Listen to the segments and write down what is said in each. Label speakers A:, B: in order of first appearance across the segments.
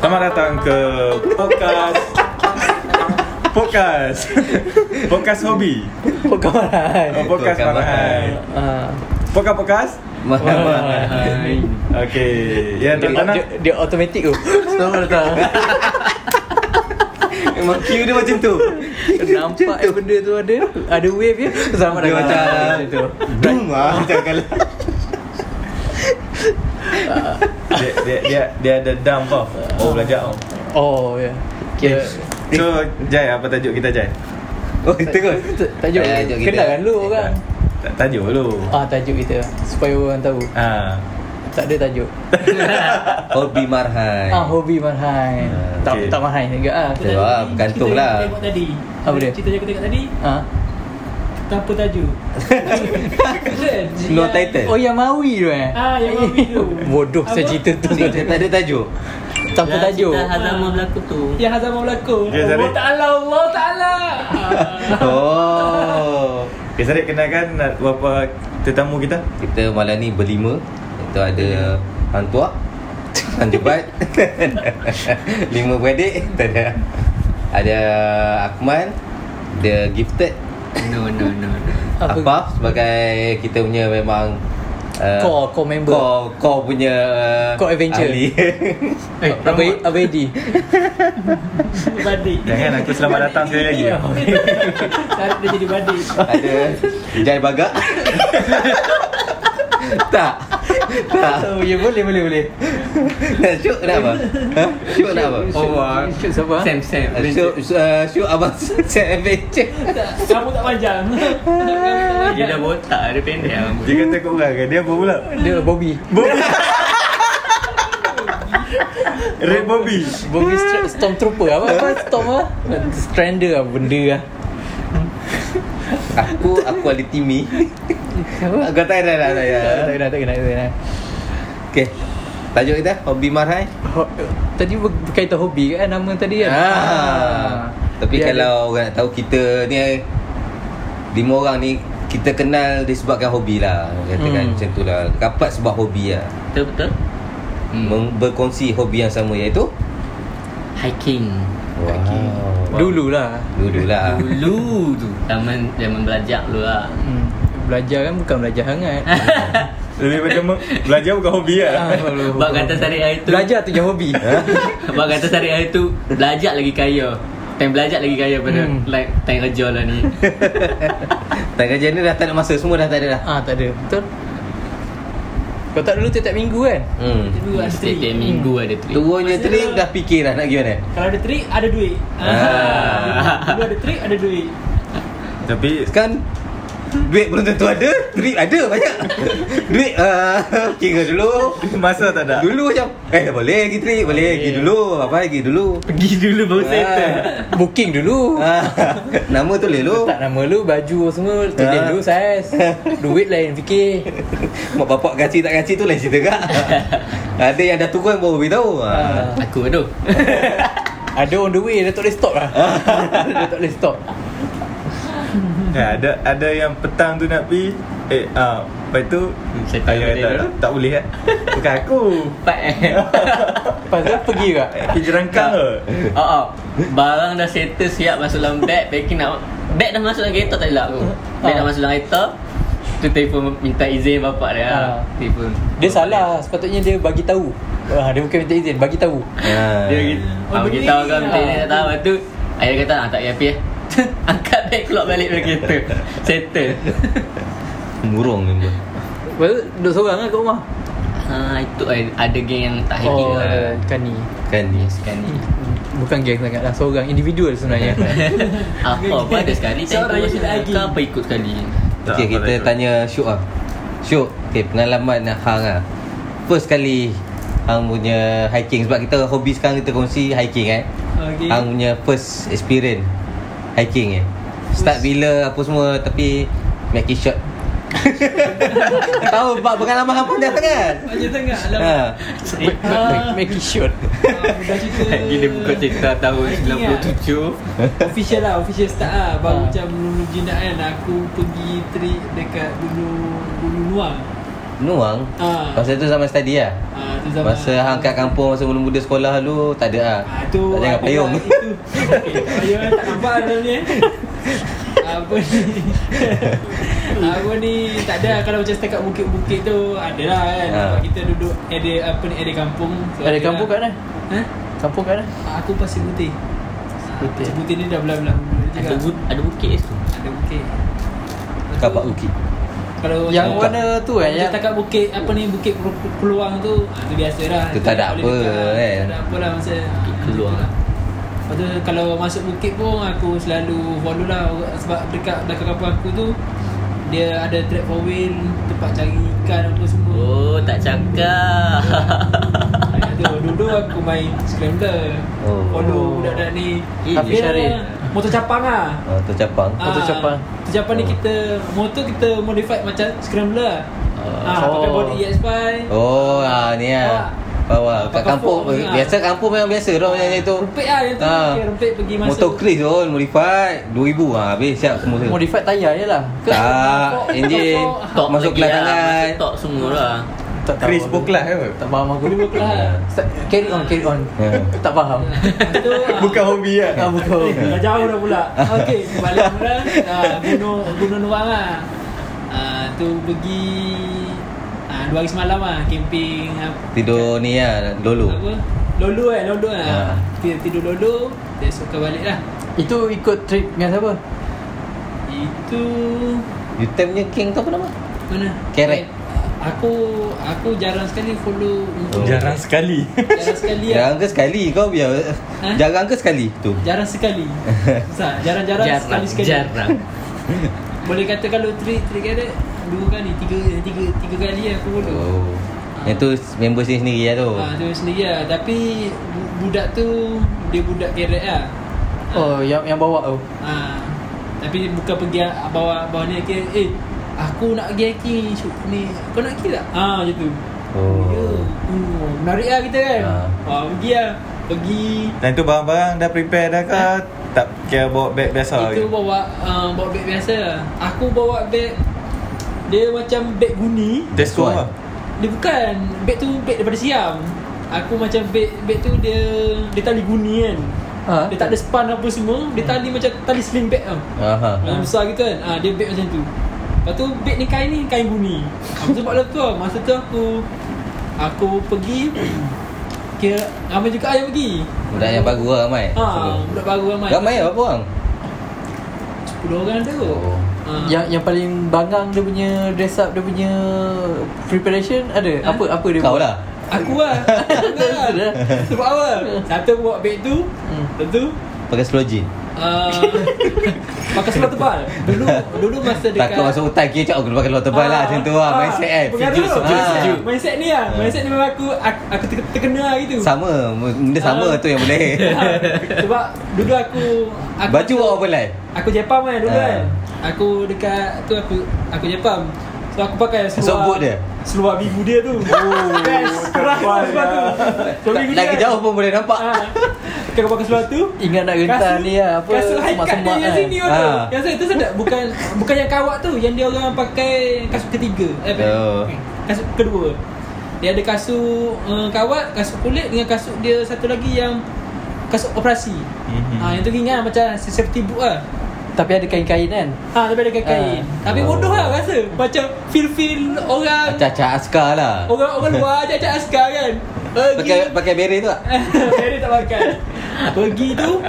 A: Selamat datang ke podcast Podcast Podcast hobi
B: Pokok
A: oh,
B: marah
A: Podcast
C: Podcast
A: marahai
B: Ah.
A: Podcast podcast
C: Mahal.
A: Okay Ya
B: Dia,
A: tuan-tuan
B: dia, dia automatic tu Selamat datang
C: Memang cue dia macam tu.
B: Nampak eh benda tu ada Ada wave dia Selamat
C: Dia
B: datang
C: macam
B: tu
C: Boom ah macam kalau.
A: dia, dia, dia, dia ada dump tau Oh belajar tau
B: Oh ya yeah. Kira
A: So Jai apa tajuk kita Jai?
C: Oh terus.
B: Ta- Tajuk
C: Eh, tajuk kita.
B: Kenalkan dulu orang
A: Tak tajuk dulu
B: Ah tajuk kita Supaya orang tahu
A: Ha.
B: Tak ada tajuk
C: Hobi marhai.
B: Ah hobi marhai
C: Eh. Ah,
B: Tak
A: okay.
B: tak marhai juga ah
C: Betul lah, bergantung lah.
D: Cerita yang kita tengok tadi
B: Apa dia?
D: Cerita yang kita tengok tadi
B: Ah.
D: Tanpa tajuk Kan?
C: No
D: Yang-
C: title.
B: Oh yang Maui tu eh
D: Ah, yang Maui tu.
B: Bodoh saya
D: Apa?
B: cerita tu
C: Dia tak ada tajuk.
B: Tanpa
E: Ah,
B: tajuk
D: Hazamah berlaku
E: tu
D: Yang Hazamah berlakon
A: Dia tadi-
D: Allah Ta'ala Allah Ta'ala
C: Oh.
A: Okay Sarip kenalkan beberapa tetamu kita
C: Kita malam ni berlima. Itu ada hang tua, hang jebat. Lima beradik. Tak ada. Ada Akman, the gifted.
E: No no no no
B: Apa-
C: Apa? sebagai kita punya memang uh,
B: Core- core member.
C: Core, core punya uh,
B: Core adventure.
C: ahli.
B: Eh Abang Abang Edi
D: Badik Ya,
A: Jangan aku selamat datang sekali lagi
D: Tarik dia jadi badik
C: Ada Jai Bagak Tak Tak
B: Oh ya boleh boleh boleh
C: Nak syuk nak apa? Ha? Syuk nak apa?
B: Oh, ah. Shoot siapa?
E: Sam Sam
C: Ah, Syuk uh, Syuk abang Sam Adventure
D: Tak, Rambut tak panjang
E: Dia dah botak Dia pendek lah
A: Dia kata kau orang ke? Dia apa pula?
B: Dia Bobby
A: Bobby Red Bobby
B: Bobby Stra- Stormtrooper apa apa Storm apa Strander lah benda lah
C: Aku Aku ada Timmy Kau tak ada lah Tak ada
B: Tak kena tak kena tak kena
C: Okay Tajuk kita Hobi Marhai
B: Ho- Tadi ber- berkaitan hobi kan nama tadi kan
C: ah. Tapi
B: Dia
C: kalau orang nak tahu kita ni eh, Lima orang ni kita kenal disebabkan hobi lah
B: Hmm.
C: Katakan macam tu lah Rapat sebab hobi lah
E: Betul betul
C: Mem- berkongsi hobi yang sama iaitu
E: Hiking
C: Ah.
B: ada- Dululah
C: Dululah.
E: Dulu tu Zaman zaman belajar dulu lah
B: hmm. Belajar kan bukan belajar hangat
A: Lebih macam me- Belajar bukan hobi lah
E: Bak kata sari air tu
B: Ah, Belajar tu je hobi
E: Bak kata sari air tu Belajar lagi kaya Time belajar lagi kaya pada
B: Hmm.
E: like, Time kerja lah ni
C: Tak kerja ni dah tak ada masa semua dah tak ada dah.
B: Ah tak ada Betul Kau tak dulu tiap-tiap minggu kan
C: Hmm.
D: Dulu lah, ada
E: Setiap
D: trik
E: minggu ada trip
C: Tuanya terik dah fikir dah nak pergi mana.
D: Kalau ada trik ada duit
C: Ah.
D: Ah. Dulu ada trik ada duit
A: Tapi
C: Sekarang Kan? duit belum tentu ada, duit ada banyak. duit uh, kira dulu.
A: Masa tak ada
C: Dulu macam eh boleh pergi trip, boleh pergi dulu, apa pergi dulu.
E: Pergi dulu baru
A: Ah.
E: settle
B: Booking dulu
C: Ah, nama tu leh lu.
B: Letak nama lu, baju semua Tulis
C: Ah.
B: dulu saiz Duit lain fikir
C: Mak bapak gaji tak gaji tu lain cerita kak. ada yang dah turun baru beritahu. Ah.
E: Aku aduh
B: Ada on the way Dia tak boleh stop lah Dia tak boleh stop
A: ya, ada ada yang petang tu nak pergi Eh ah, Lepas tu
E: Saya tak
A: ayah
E: boleh
A: tak,
E: dulu.
A: tak, tak boleh kan Bukan aku Eh,
E: Pak eh
B: Lepas tu pergi juga
A: Pergi jerangkang ke
E: Oh, oh. Barang dah settle siap masuk dalam beg, packing nak beg dah masuk dalam kereta tak elak aku. Beg
B: Ah.
E: dah masuk dalam kereta. Tu telefon minta izin bapak dia.
B: Ah.
E: Ah. Telefon.
B: Dia salah Sepatutnya dia bagi tahu ah, Dia bukan minta izin Bagi tahu
C: Ah.
E: Dia bagi
D: Oh,
E: ah, bagi
D: beli.
E: tahu kan minta izin
B: Ah.
E: tak tahu. Lepas tu ayah kata ah, tak payah pergi. eh." Angkat beg keluar balik dari kereta. Settle.
C: murung ni. bro.
B: Lepas tu duduk seorang lah kat rumah
E: Ha itu eh, ada geng yang tak happy
B: Oh
E: lah.
B: ada. kan ni
C: Kan ni.
E: Sekarang ni.
B: Bukan geng sangat lah Seorang individual sebenarnya
E: Apa pun ada sekali time
D: Seorang
E: tu
D: yang
E: masuk
D: tidak lagi.
E: kau apa ikut sekali.
A: Tak,
C: Okay,
A: apa
C: kita
A: tak
C: tanya Syuk lah Syuk, okay, pengalaman nak Hang lah First kali Hang punya hiking Sebab kita hobi sekarang kita kongsi hiking eh
D: Okay.
C: Hang punya first experience Hiking eh Start bila apa semua Tapi Make it short Tahu bab pengalaman hang panjang sangat
D: Panjang sangat
C: ha.
D: Alamak Ah.
B: Make it short
D: Ah, Dah cerita
E: Lagi dia buka cerita tahun
D: Hiking ah.
E: 97.
D: Official lah Official start lah Baru
B: Ah.
D: macam Nunu Jinak kan Aku pergi trip Dekat Gunung Gunung Nuang
C: Menuang
D: Ah.
C: Masa tu zaman study lah
D: Ah, tu zaman-
C: Masa hang kat kampung Masa mula-mula sekolah dulu Tak ada lah
D: Ah, tu
C: Tak jangan
D: apa
C: payung
D: lah, Itu Okey, tak payung tak nampak dalam ni eh. Apa ni Apa ni Tak ada lah, kalau macam setakat bukit-bukit tu Ada lah kan
C: Ah.
D: Sebab Kita duduk Ada apa ni Ada kampung So,
B: Ada
D: lah.
B: kampung kan? kat mana?
D: Ha?
B: Kampung kat mana?
D: Aku pasir putih
B: Putih.
D: Pasir putih ni dah belah-belah Dia
E: Ada,
D: cakap,
E: bu- ada bukit kat situ.
D: Ada bukit
C: Kapak bukit
D: Kalau
B: Yang
D: macam-
B: warna tu kan?
D: Kalau
B: Yang
D: setakat bukit Apa ni Bukit Pelu- peluang tu ah, Tu biasa lah
C: Tu tak ada
D: boleh
C: apa,
D: dekat,
C: kan?
D: Tak ada apa lah masa lah.
E: Bukit peluang.
D: Lepas tu kalau masuk bukit pun Aku selalu follow lah Sebab dekat belakang kampung aku tu Dia ada track four wheel Tempat cari ikan apa semua
E: Oh, tak cakap.
D: Ah, tu Dulu aku main scrambler
C: Oh.
D: Follow budak-budak ni
E: Eh,
D: Apa
B: Hafiz
D: nama?
B: Syarif.
D: Motor capang lah
C: Ah, Tu capang
D: Ah,
B: Motor capang.
D: Motor capang ni kita Motor kita modified macam scrambler
B: Ah,
D: Ah, pakai
B: oh.
D: body EX5
C: Oh ah, ni lah Bawah kat
D: Pakai
C: kampung
D: fork ni lah.
C: Biasa kampung memang biasa Orang macam itu
D: Rempit lah yang tu
C: Ah.
D: okay, Rempit pergi masuk
C: Motor Chris pun modified 2000 ah habis siap semua tu.
B: Modified tayar je lah.
D: Ke-
C: Tak, enjin
E: Tok
C: ah, masuk
E: lagi
C: kelas
E: lah,
C: tangan.
E: masuk Tok semua lah.
B: Tak tahu lah.
A: Chris
B: aku.
A: Boklah ke apa?
B: Tak faham aku.
D: Boleh buat lah
B: Start- Carry on, carry on.
C: Ya.
B: Tak faham.
D: Lepas tu, ah,
A: Bukan hobi lah
B: Tak betul.
D: Dah jauh dah pula Okay Balik mula ah, Gunung Gunung Nuang lah ah, Tu pergi ah, Dua hari semalam lah Camping ah,
C: Tidur ni lah dulu.
D: Apa Lolo kan Lolo
C: Ah.
D: lah Kita tidur Lolo Besok kau balik lah
B: Itu ikut trip dengan siapa?
D: Itu
C: You time punya king tu apa nama?
D: Mana
C: Kerek.
D: Ah, Aku Aku jarang sekali follow
C: Oh.
A: Jarang sekali
D: Jarang sekali lah
C: Jarang ke sekali kau biar.
D: Ha?
C: Jarang ke sekali tu.
D: Jarang sekali Susah Jarang-jarang sekali-sekali
E: jarang.
D: Boleh kata kalau trik trik ada Dua kali Tiga Tiga, tiga kali lah aku follow
C: Oh. Yang tu member sini sendiri lah tu.
D: oh. ha, Dia sendiri lah Tapi bu- Budak tu Dia budak kerek lah
B: Oh, yang yang bawa tu.
D: ha, Tapi bukan pergi Bawa Bawa ni kira Eh Aku nak pergi hiking Syuk ni Kau nak pergi tak? Ha macam tu
C: Oh.
D: Ya. Oh, Menarik lah kita kan
C: Ah.
D: ha. pergi lah Pergi
A: Dan tu barang-barang dah prepare dah ke? Tak kira bawa beg biasa
D: Itu
A: ke?
D: bawa uh, Bawa beg biasa lah Aku bawa beg Dia macam beg guni
A: Testo
C: Testo
A: lah
D: Dia bukan Beg tu beg daripada Siam Aku macam beg Beg tu dia Dia tali guni kan
B: Ha?
D: Dia tak ada span apa semua Dia
C: Hmm.
D: tali macam Tali sling bag tau
C: Aha.
D: Yang besar gitu kan ha, Dia beg macam tu Lepas tu beg ni kain ni Kain guni Aku sebab lah tu lah Masa tu aku Aku pergi Kira Ramai juga yang pergi
C: Budak yang bagus lah ramai.
D: Ha, budak baru ramai
C: Ramai lah berapa orang?
D: 10 orang ada kot
C: Oh.
D: ha.
B: Yang yang paling bangang dia punya dress up dia punya preparation ada
D: Ha?
B: apa apa dia
C: Kau
B: buat?
C: lah.
D: Aku lah Aku lah Sebab apa Satu aku bawa beg tu
B: Hmm.
D: Lepas tu
C: Pakai slow jean.
D: Uh, pakai seluar tebal. Dulu dulu masa dekat Ah,
C: Takut masuk hutan kira cakap aku pakai luar tebal lah macam tu lah. Mindset kan.
D: Sejuk sejuk
C: Ah.
D: sejuk. Mindset ni lah.
C: Ah.
D: Mindset ni memang aku aku, aku ter- terkena lah gitu.
C: Sama, benda sama
D: Ah.
C: tu yang boleh.
D: Ah, Sebab dulu aku aku
C: Baju awak overlay.
D: Aku Jepam kan dulu
C: Ah.
D: kan. Aku dekat tu aku aku Jepam. So aku pakai seluar
C: Esok boot dia?
D: Seluar bibu dia tu. Oh, best. Keras
A: tebal
D: seluar tu. Seluar bibu dia
C: Lagi
D: kan.
C: jauh pun boleh nampak.
D: Ah. Kau pakai seluar tu
B: Ingat nak gentar
D: Kasut-
B: ni lah apa
D: Kasut high cut dia
B: semak-semak
D: yang
B: kan.
D: sini tu
C: Ah.
D: Yang saya tu sedap Bukan bukan yang kawat tu Yang dia orang pakai kasut ketiga eh, apa?
C: Oh.
D: Kasut kedua Dia ada kasut uh, kawat Kasut kulit Dengan kasut dia satu lagi yang Kasut operasi
B: Hmm.
A: Mhm.
D: Ah, Yang tu ingat macam safety boot lah
B: Tapi ada kain-kain kan.
D: Ha, tapi ada kain-kain
B: Ah.
D: Tapi
C: Oh.
D: bodoh lah rasa Macam feel-feel orang
C: Acah-acah askar lah.
D: Orang orang luar ajak-ajak askar kan
C: Pakai pakai beret tu tak?
D: Mary tak makan Pergi tu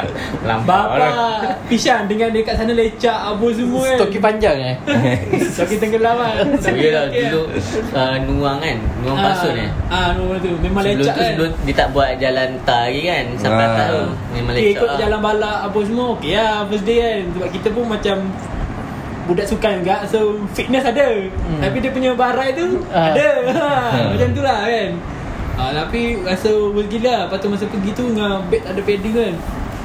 D: Bapak
E: Lampau orang.
D: Pisang dengan dia kat sana lecak Abu semua kan
B: Stoki panjang eh.
D: Stoki tenggelam kan
E: So, yelah, lah, dulu uh, nuang kan. Nuang pasun eh.
D: Ah, rumah tu Memang
E: Sebelum
D: lecak
E: tu,
D: kan
E: sebelum dia tak buat jalan tar lagi kan. Sampai
C: Ah.
E: atas tu. Memang
D: Okay,
E: lecak
D: ikut
E: lah.
D: jalan balak Apa semua Okay lah First day kan Sebab kita pun macam Budak sukan juga So fitness ada Tapi dia punya barai tu
B: Ah.
D: Ada Ha, Macam tu lah kan ah, Tapi rasa worth gila lah. Lepas tu masa pergi tu Dengan beg tak ada padding kan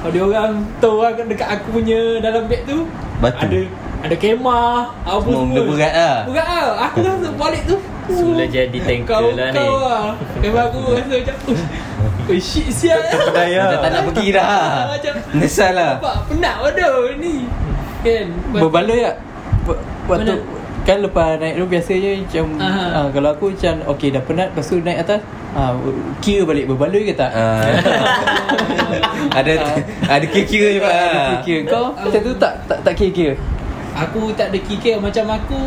D: Kalau dia orang Tahu lah dekat aku punya Dalam beg tu
C: Batu.
D: Ada ada kemah Apa
C: Semua
D: semua
C: benda berat lah.
D: Berat lah Aku dah balik tu
E: Semula jadi tanker
D: Oh. kau,
E: lah ni.
D: kau lah Memang aku rasa macam "Ush, Oh shit sial
A: Terpedaya
C: Macam tak nak pergi dah.
D: Macam
C: Nesal lah.
D: Nampak penat bodoh ni Kan Lepas tu-
B: Berbaloi tak? Waktu
D: Mana?
B: Kan lepas naik tu biasanya macam
D: Aha.
B: uh, Kalau aku macam Okay dah penat Lepas tu naik atas uh, Kira balik berbaloi ke tak
C: Ah. ada ada kira-kira je pak.
B: Ada Ah, Kira kau
D: Ah.
B: Macam tu tak tak, tak kira-kira
D: Aku tak ada kikir Macam aku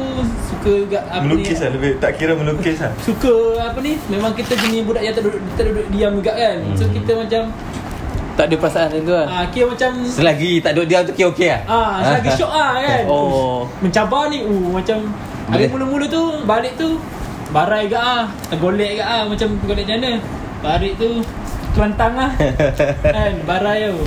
D: Suka gak, apa
A: Melukis
D: ni,
A: lah lebih Tak kira melukis lah
D: Suka apa ni Memang kita jenis budak yang tak duduk, tak duduk diam juga kan So
C: Hmm.
D: kita macam
B: Tak ada perasaan macam tu lah
D: ah, Kira macam
C: Selagi tak duduk diam tu okey-okey lah
D: ah, Selagi syok lah kan
B: Oh.
D: Mencabar ni uh, Macam Habis
C: Boleh.
D: mula-mula tu Balik tu Barai gak ah Tergolek gak ah Macam tergolek macam mana Balik tu Kelantang lah Kan Barai tu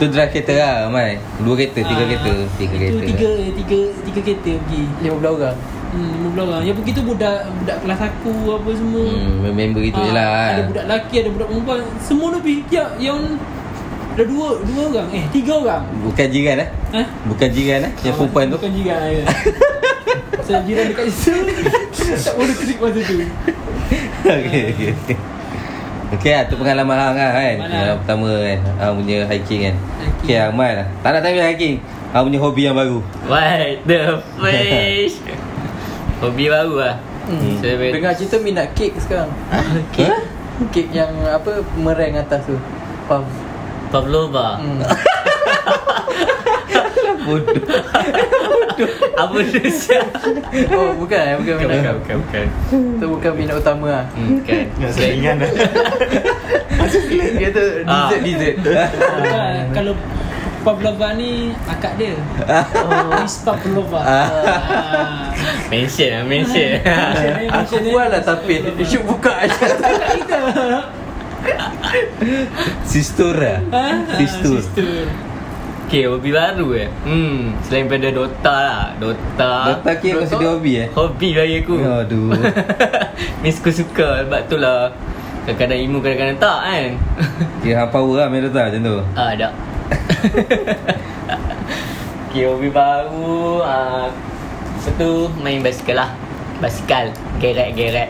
C: Tu drive kereta lah Mai Dua kereta, tiga
D: Ah,
C: kereta Tiga
D: itu
C: kereta
D: Tiga, tiga, tiga kereta pergi
B: 15 orang
D: Hmm, 15 orang. Yang pergi tu budak budak kelas aku apa semua.
C: hmm, Member gitu
D: Ah,
C: je lah kan.
D: Ada budak lelaki, ada budak perempuan. Semua tu pergi. Tiap yang ada dua dua orang. Eh, tiga orang.
C: Bukan jiran eh
D: Eh?
C: Bukan jiran eh Yang
D: Ah,
C: perempuan tu
D: Bukan jiran ya. Saya jiran dekat situ. tak boleh klik masa tu.
C: Okey okey okey. Okey lah tu pengalaman Hang lah kan
D: Pengalaman.
C: Pengalaman pertama kan Hang punya hiking kan
D: Hiking.
C: Okey Ahmad lah Tak nak tanya hiking Hang punya hobi yang baru
E: What the fish Hobi baru lah
B: Hmm.
E: Saya bet-
B: Dengar cerita minat kek sekarang
C: Okey
B: Kek yang apa Mereng atas tu Faham
E: Pavlova
B: hmm.
C: Bodoh
E: Apa tu siap
B: Oh bukan eh Bukan minat kau
E: Bukan bukan bukan
B: Itu bukan minat utama lah
E: Hmm,
C: kan.
E: Bukan
A: Nak eh. selingan dah
B: Dia tu
E: Ah.
B: dessert dessert
D: Ah, Kalau Pavlova ni akak dia. Oh, Miss Ah. Pavlova. Ah.
E: Mention lah mention
B: Aku buat lah tapi Syuk buka je
D: Akak kita.
C: Sistur lah
D: Ah,
C: Sistur
D: Sistur.
E: Okay hobi baru eh Hmm Selain pada Dota lah Dota
C: Dota kira consider hobi eh
E: Hobi bagi aku
C: Aduh
E: Miss aku suka Sebab tu lah Kadang-kadang ilmu kadang-kadang tak kan
C: Kira hang power lah main Dota macam tu
E: Ah dah Okay hobi baru ah, Lepas tu main basikal lah Basikal Geret-geret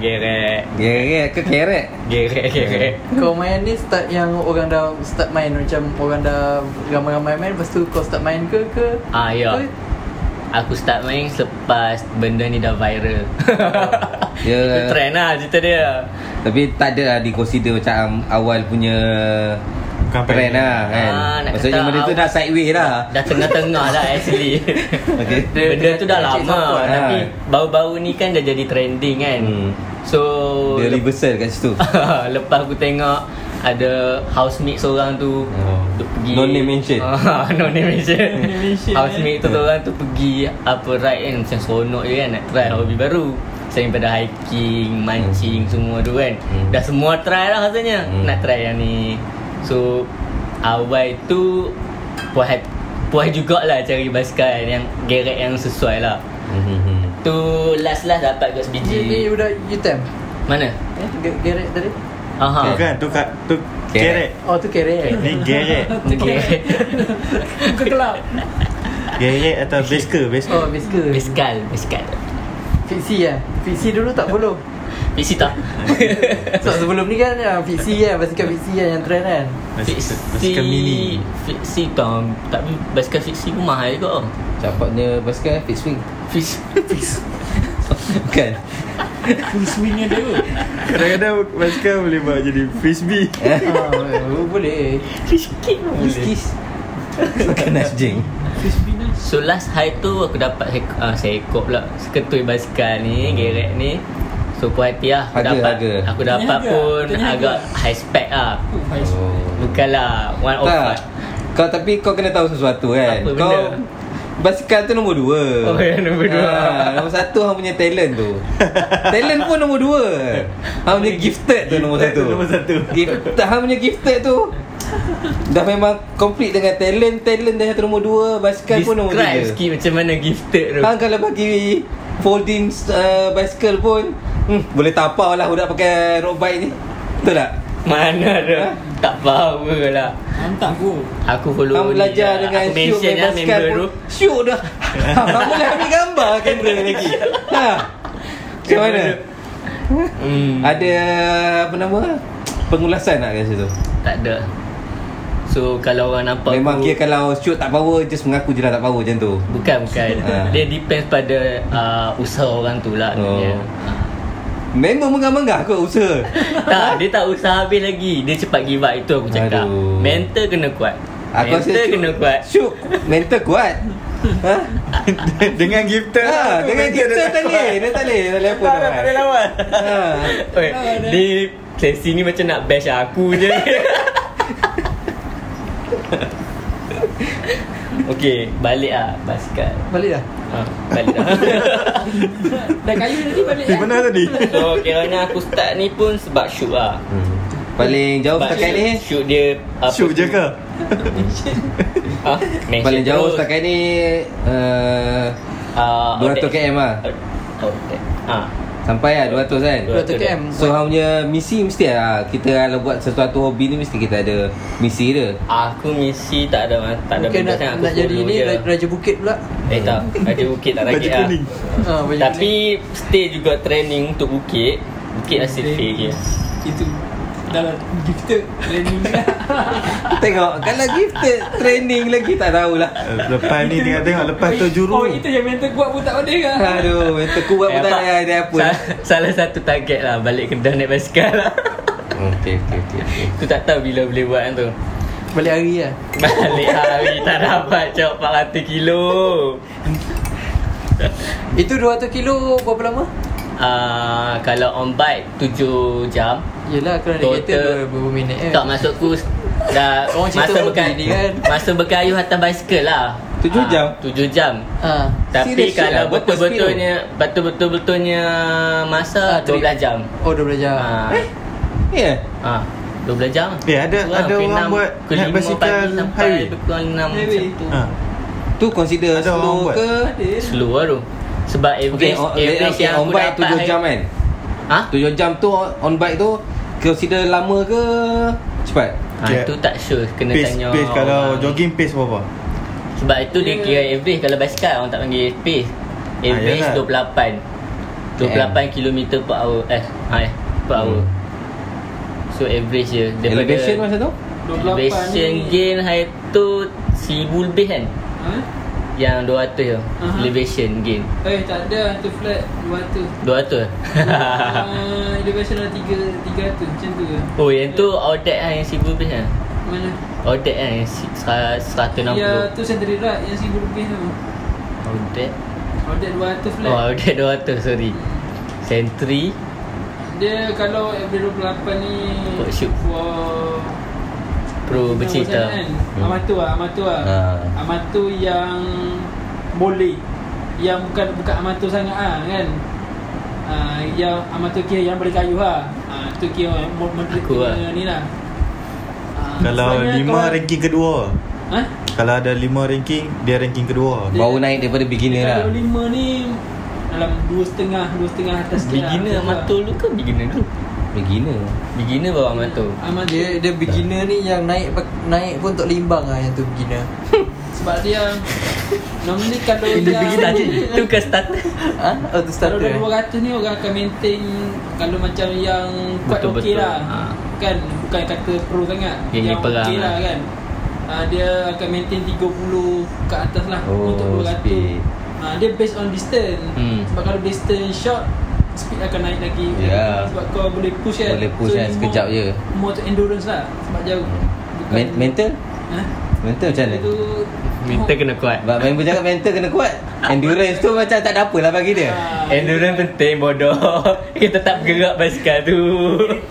C: Geret
E: geret
C: Geret ke keret
E: Geret-geret
B: Kau main ni start yang orang dah start main Macam orang dah ramai-ramai main Lepas tu kau start main ke ke
E: Ah ya
B: Ke?
E: Aku start main selepas benda ni dah viral
C: Ya.
E: Itu trend lah cerita dia
C: Tapi tak ada lah di consider macam awal punya
A: Bukan trend.
C: Trend lah kan
E: Ah, nak
C: Maksudnya
E: kata
C: benda tu
E: awal-
C: dah sideway dah
E: Dah tengah-tengah dah actually
C: Okay
B: Dia-
E: Benda
B: dia-
E: tu dah
B: dia cek
E: lama
B: support,
E: Tapi
C: ha.
E: baru-baru ni kan dah jadi trending kan
C: Hmm.
E: So
C: Dia
E: lep-
C: reversal kat situ
E: Lepas aku tengok Ada housemate seorang tu
C: Oh.
E: tu pergi
C: No name mention.
E: Ah, No name mention
D: name mention,
C: eh.
E: Housemate tu seorang tu pergi Apa ride kan Macam seronok je kan Nak try hobi baru Selain pada hiking Mancing Semua tu kan
C: Hmm.
E: Dah semua try lah rasanya
C: Hmm.
E: Nak try yang ni So Awal tu Puas Puas jugalah cari basikal Yang gerek yang sesuai lah Tu last-last dapat
B: Ni
E: kat
B: ni
E: sebiji
B: budak UTEM
E: Mana?
B: Eh, ge- Geret tadi
E: Aha.
A: Bukan tu kat Tu
C: Kerek.
A: kerek
B: Oh tu keret
A: Ni gerek
E: Okay.
D: Bukan kelab.
A: Gerek atau besker Besker
B: Oh biskut
E: Biskal, biskal.
B: Fiksi lah Fiksi dulu tak follow
E: Fiksi tak?
B: So sebelum ni kan ah, Fiksi lah Basikal fiksi lah yang trend kan
A: Besker besker mini
E: Fiksi tak. Tapi basikal fiksi pun mahal juga.
C: Capaknya basikal fixed wing
E: Fiksi.
C: Bukan
D: Full swingnya dia tu.
A: Kadang-kadang basikal boleh buat jadi frisbee
B: Ah, eh, Boleh Fiskis
C: Bukan anjing
D: Crispy nice.
E: So last high tu aku dapat sek- ah, seekor pula. Seketui basikal ni, gerek ni. So puas hati lah. Aku
C: Harga,
E: dapat,
C: harga.
E: Aku dapat
D: Tanya harga,
E: pun
D: tanya harga.
E: agak high spec lah.
D: Oh, Faiz.
E: Bukanlah one of
C: Tak
E: five.
C: Kau tapi kau kena tahu sesuatu kan
E: Apa benda?
C: Kau Basikal tu nombor dua
E: Oh, ya, nombor dua.
C: Ah, Nombor satu Hang punya talent tu Talent pun nombor dua Hang punya gifted tu nombor
A: Gifted
C: satu
A: tu nombor satu.
C: Gift- Hang punya gifted tu Dah memang complete dengan talent Talent dah satu nombor dua Basikal Kan pun nombor
E: Describe
C: tiga
E: sikit macam mana gifted tu.
C: Hang kalau bagi folding uh, bicycle pun hmm, Boleh tapau lah budak pakai road bike ni Betul tak?
E: Mana tu? Tak power lah.
D: Mantap ko.
E: Aku follow
C: Hang
E: ni
C: belajar
E: lah.
C: dengan syuk
E: Aku mention
C: main
E: lah
C: basikal
E: member
C: pun
E: tu
C: Syuk dah Hang boleh ambil gambar kamera lagi Ha Macam mana?
E: hmm,
C: Ada apa nama? Pengulasan nak kat lah situ
E: Tak ada So kalau orang nampak
C: Memang kan-
E: aku-
C: kira kalau shoot tak power Just mengaku je lah tak power macam tu
E: Bukan bukan
C: Ah.
E: Dia depends pada uh, Usaha orang tu lah
C: Oh.
E: dia.
C: Memang menggah-menggah kot usaha
E: Tak Dia tak usaha habis lagi Dia cepat give up Itu aku cakap
C: Aduh.
E: Mental kena kuat
C: Aku rasa
E: Mental
C: Syuk-
E: kena kuat
C: Syuk Mental kuat Ha?
A: Dengan gifted
E: Ah,
A: lah tu,
C: ha dengan
A: mental
C: kita
A: dia
C: tak boleh Dia tak boleh Tak boleh apa
E: Tak ada lawan
C: Ha.
E: Oi, Ni Sesi ni macam nak bash aku je Okay Balik lah Basikal
B: Balik dah
E: ha, Balik lah
D: Dah kaya tadi balik eh?
A: Di mana tadi?
E: So kiranya aku start ni pun sebab shoot lah
C: Hmm. Paling jauh
E: Sebab
C: setakat ni
E: Shoot dia apa
A: Syuk je ke?
E: ha? Mention
C: Paling jauh
E: terus.
C: setakat ni uh,
E: Ah,
C: 200
E: outlet.
C: km lah
E: Outlet. Ah.
C: Sampai lah 200 kan
B: 200 km
C: So hang punya misi mesti lah Kita kalau buat sesuatu hobi ni Mesti kita ada misi dia
E: Aku misi tak ada tak ada
B: Mungkin
E: benda
B: nak,
E: sangat aku
B: nak jadi
E: follow
B: ni
E: je.
B: Raja, Raja Bukit pula
E: Eh tak, Raja Bukit tak
A: Baju
E: lagi lah
A: kuning
B: Ah, Raja
E: Tapi stay juga training untuk Bukit Bukit ya. Nasir Fair je
D: Itu lah. Dalam gifted Training lah
C: Tengok
B: kan
C: Kalau
B: lah
C: gifted training lagi tak tahulah
A: Eh, Lepas ni tengok tengok Lepas tu juru
D: Oh itu yang mental kuat pun tak pandai ke
C: Aduh Mental kuat pun tak ada ada Eh, apa
E: salah, Eh, salah satu target lah Balik kedai naik basikal lah
C: Okay okay okay, okay.
E: Tu tak tahu bila boleh buat kan tu
B: Balik hari lah
E: Balik hari tak dapat Cok 400 kilo
B: Itu 200 kilo berapa lama?
E: Ah, Kalau on bike 7 jam
B: Yelah kalau naik kereta
E: Total.
B: dua- berapa minit eh
E: Tak maksudku dah
B: Orang cerita
E: masa
B: hobi
E: berkayu
B: ni kan.
E: Masa berkayu hantar basikal lah.
C: Tujuh
E: Ah,
C: jam?
E: Tujuh jam.
B: Ah,
E: Tapi
C: Serious
E: kalau
C: lah, berapa
E: betul-betulnya betul-betulnya masa
B: Ah, three-
E: 12 jam.
B: Oh 12
A: Ah.
B: jam
E: Ha.
C: Eh? Ya
E: Ha. 12 jam.
A: Eh, ada- ada orang buat naik basikal highway.
E: highway. Pukul 6
D: Highway.
E: macam tu.
A: ha.
C: Tu consider
A: Ada orang
C: slow
A: buat.
C: ke
E: Slow lah tu. Sebab
C: Okay,
E: average,
C: on,
E: average
C: okay,
E: yang
C: on
E: aku
C: bike
E: dapat
C: 7 jam kan
E: Ha?
C: 7 jam tu on on bike tu Consider lama ke Cepat
E: Ha,
A: Okay.
E: tu tak sure kena
A: Pace,
E: tanya
A: pace Kalau
E: orang.
A: jogging pace berapa?
E: Sebab itu
D: Ya.
E: dia kira average Kalau basikal orang tak panggil pace Average
A: Ah, yalah.
E: 28 28 km per hour Eh, ha, eh per hour
C: Hmm.
E: So average je Daripada
C: Elevation masa tu
D: 28
E: Elevation
D: ni.
E: gain hari tu 1000 lebih kan
D: Ha?
E: Yang 200 je
D: Aha.
E: Elevation gain eh?
D: Eh tak ada tu flat 200
E: 200
D: uh, Elevation dah 3 300 macam tu ke
E: Oh yang tu
D: Ya.
E: Audit lah yang 1000 lebih kan
D: Mana
E: Audit lah yang si- sa- 160
D: Ya tu sendiri lah yang 1000 lebih tu
E: Audit
D: Order 200 flat
E: Oh Audit 200 sorry Sentry
D: Dia kalau April 28 ni
E: Buat shoot.
D: For
E: Pro bercerita
D: Kan?
C: Hmm.
D: Amatu lah Amatu lah
C: Ha.
D: Amatu yang Boleh Yang bukan bukan Amatu sangat lah kan uh, Yang Amatu kira yang boleh kayu lah uh, Tu kira yang mo- moderate
E: Aku lah.
D: punya ni lah Ah,
A: Kalau
D: sebenarnya
A: lima
D: kalau-
A: ranking kedua
D: Ha?
A: Kalau ada lima ranking Dia ranking kedua
D: Dia-
C: Baru naik daripada beginner lah
D: Kalau lima ni Dalam dua setengah Dua setengah atas sikit lah.
E: Beginner
D: Tu lah.
E: Amato dulu ke beginner dulu?
C: Beginner
E: Ya, Beginner baru Amato
D: Amatu
B: Dia dia beginner ni yang naik pak- naik pun tak limbang lah yang tu beginner.
D: Sebab dia Normally kalau
E: Itu
D: dia
E: beginner Itu ke starter
B: Ah, oh, tu
D: Kalau
B: starter.
D: dah
B: eh?
D: 200 ni orang akan maintain Kalau macam yang kuat
E: Betul-betul.
D: okey lah
E: Ha.
C: Ah.
D: Kan bukan kata pro sangat
E: Yang ni perang
D: okey lah
E: lah.
D: kan Ah, Dia akan maintain 30 ke atas lah
C: Oh,
D: Untuk 200
C: speed.
D: Ah, Dia based on distance
E: Hmm.
D: Sebab kalau distance short Speed akan naik lagi
C: Ya.
D: Sebab kau boleh push kan
C: Boleh push kan,
D: ni
C: sekejap
D: more-
C: je. Hmm.
D: More to endurance lah Sebab jauh Bukan-
C: Men- Mental
D: Ha?
C: Mental macam mana
D: Itu Ah,
E: Mental kena kuat
C: Sebab member cakap mental kena kuat Endurance tu macam tak ada apa lah bagi dia
D: Ah,
E: Endurance penting bodoh Kita tak bergerak basikal tu